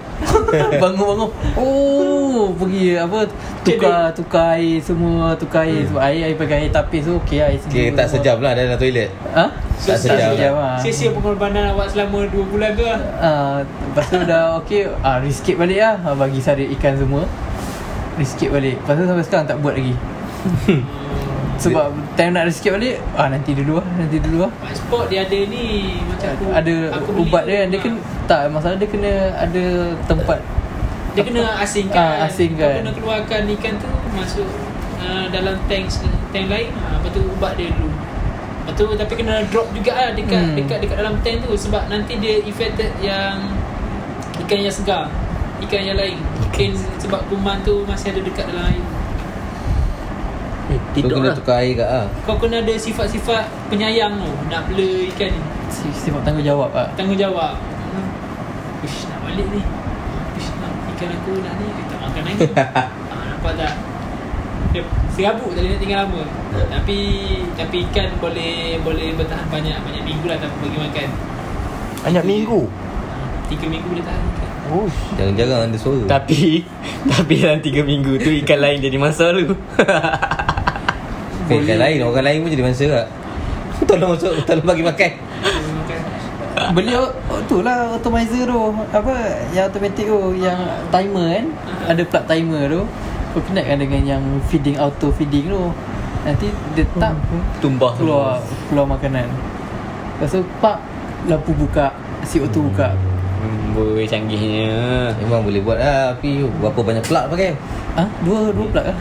B: Bangun-bangun. Oh, pergi apa tukar tukar air semua, tukar air sebab air air pakai air tapis tu okey air sejuk.
C: Okay Hmm. tak
B: semua.
C: sejam lah dalam toilet
B: Ha?
C: Tak sejam. lah.
B: ah.
D: Sia-sia pengorbanan awak selama 2 bulan tu lah
B: Ah, lepas tu dah okey, ah riskit balik lah ah, bagi sari ikan semua. Riskit balik. Lepas tu sampai sekarang tak buat lagi. Sebab time nak riskit balik, ah nanti dulu lah, nanti dulu lah.
D: Passport dia ada ni Macam aku
B: ada
D: aku beli
B: ubat
D: tu.
B: dia kan dia
D: Ah.
B: kan tak masalah dia kena ada tempat
D: Ha, Dia kena
B: Ah,
D: asingkan
B: asingkan.
D: Kau kena keluarkan ikan tu Masuk uh, dalam tank tank lain uh, Lepas tu ubat dia dulu Lepas tu tapi kena drop juga lah dekat,
B: Hmm.
D: hmm. dekat, dekat dalam tank tu Sebab nanti dia affected yang Ikan yang segar Ikan yang lain Mungkin sebab kuman tu masih ada dekat dalam air
G: Eh,
C: Tu
G: Tidur
C: kena
G: lah
C: tukar air kat ah.
D: Kau kena ada sifat-sifat penyayang tu Nak bela ikan ni
B: si- sifat tanggungjawab ah.
D: Tanggungjawab hmm. Ush nak balik ni Ush nak ikan aku nak ni Dia tak makan lagi ha, Nampak tak Dia serabut tak boleh nak tinggal lama Tapi Tapi ikan boleh Boleh bertahan banyak Banyak minggu lah tanpa bagi makan
H: Banyak minggu
D: Ah, Tiga minggu boleh tahan ikan
C: Jarang-jarang ada suara
G: Tapi Tapi dalam 3 minggu tu Ikan lain jadi masa lu
C: Bukan ikan lain Orang lain pun jadi mangsa tak Tolong masuk Tolong bagi makan
D: Bagi makan
B: Beli o- o- tu lah atomizer tu. Apa yang automatic tu yang
D: Ah.
B: timer kan. Ada plug timer tu. Kau connect kan dengan yang feeding auto feeding tu. Nanti dia tap
G: Oh, Tumbah
B: keluar keluar makanan. Lepas tu pak lampu buka, CO2 buka.
G: Hmm, Boleh canggihnya
C: Memang boleh buat lah Api Berapa banyak plug pakai
B: Ah, dua dua plug lah.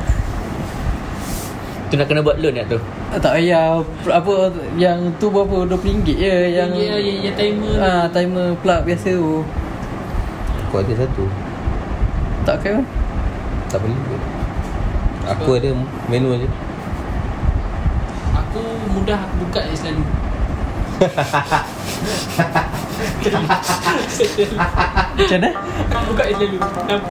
G: Tu nak kena buat loan tak tu
B: Ah, Tak payah Apa Yang tu berapa RM20 je ya, Yang
D: Yang, yang, yang ya, timer tu.
B: Ah, timer plug biasa tu
C: Aku ada satu
B: Tak kan
C: Tak beli pun Aku ada menu je
D: Aku mudah aku buka je selalu
B: Macam mana?
D: Aku buka je selalu Nampak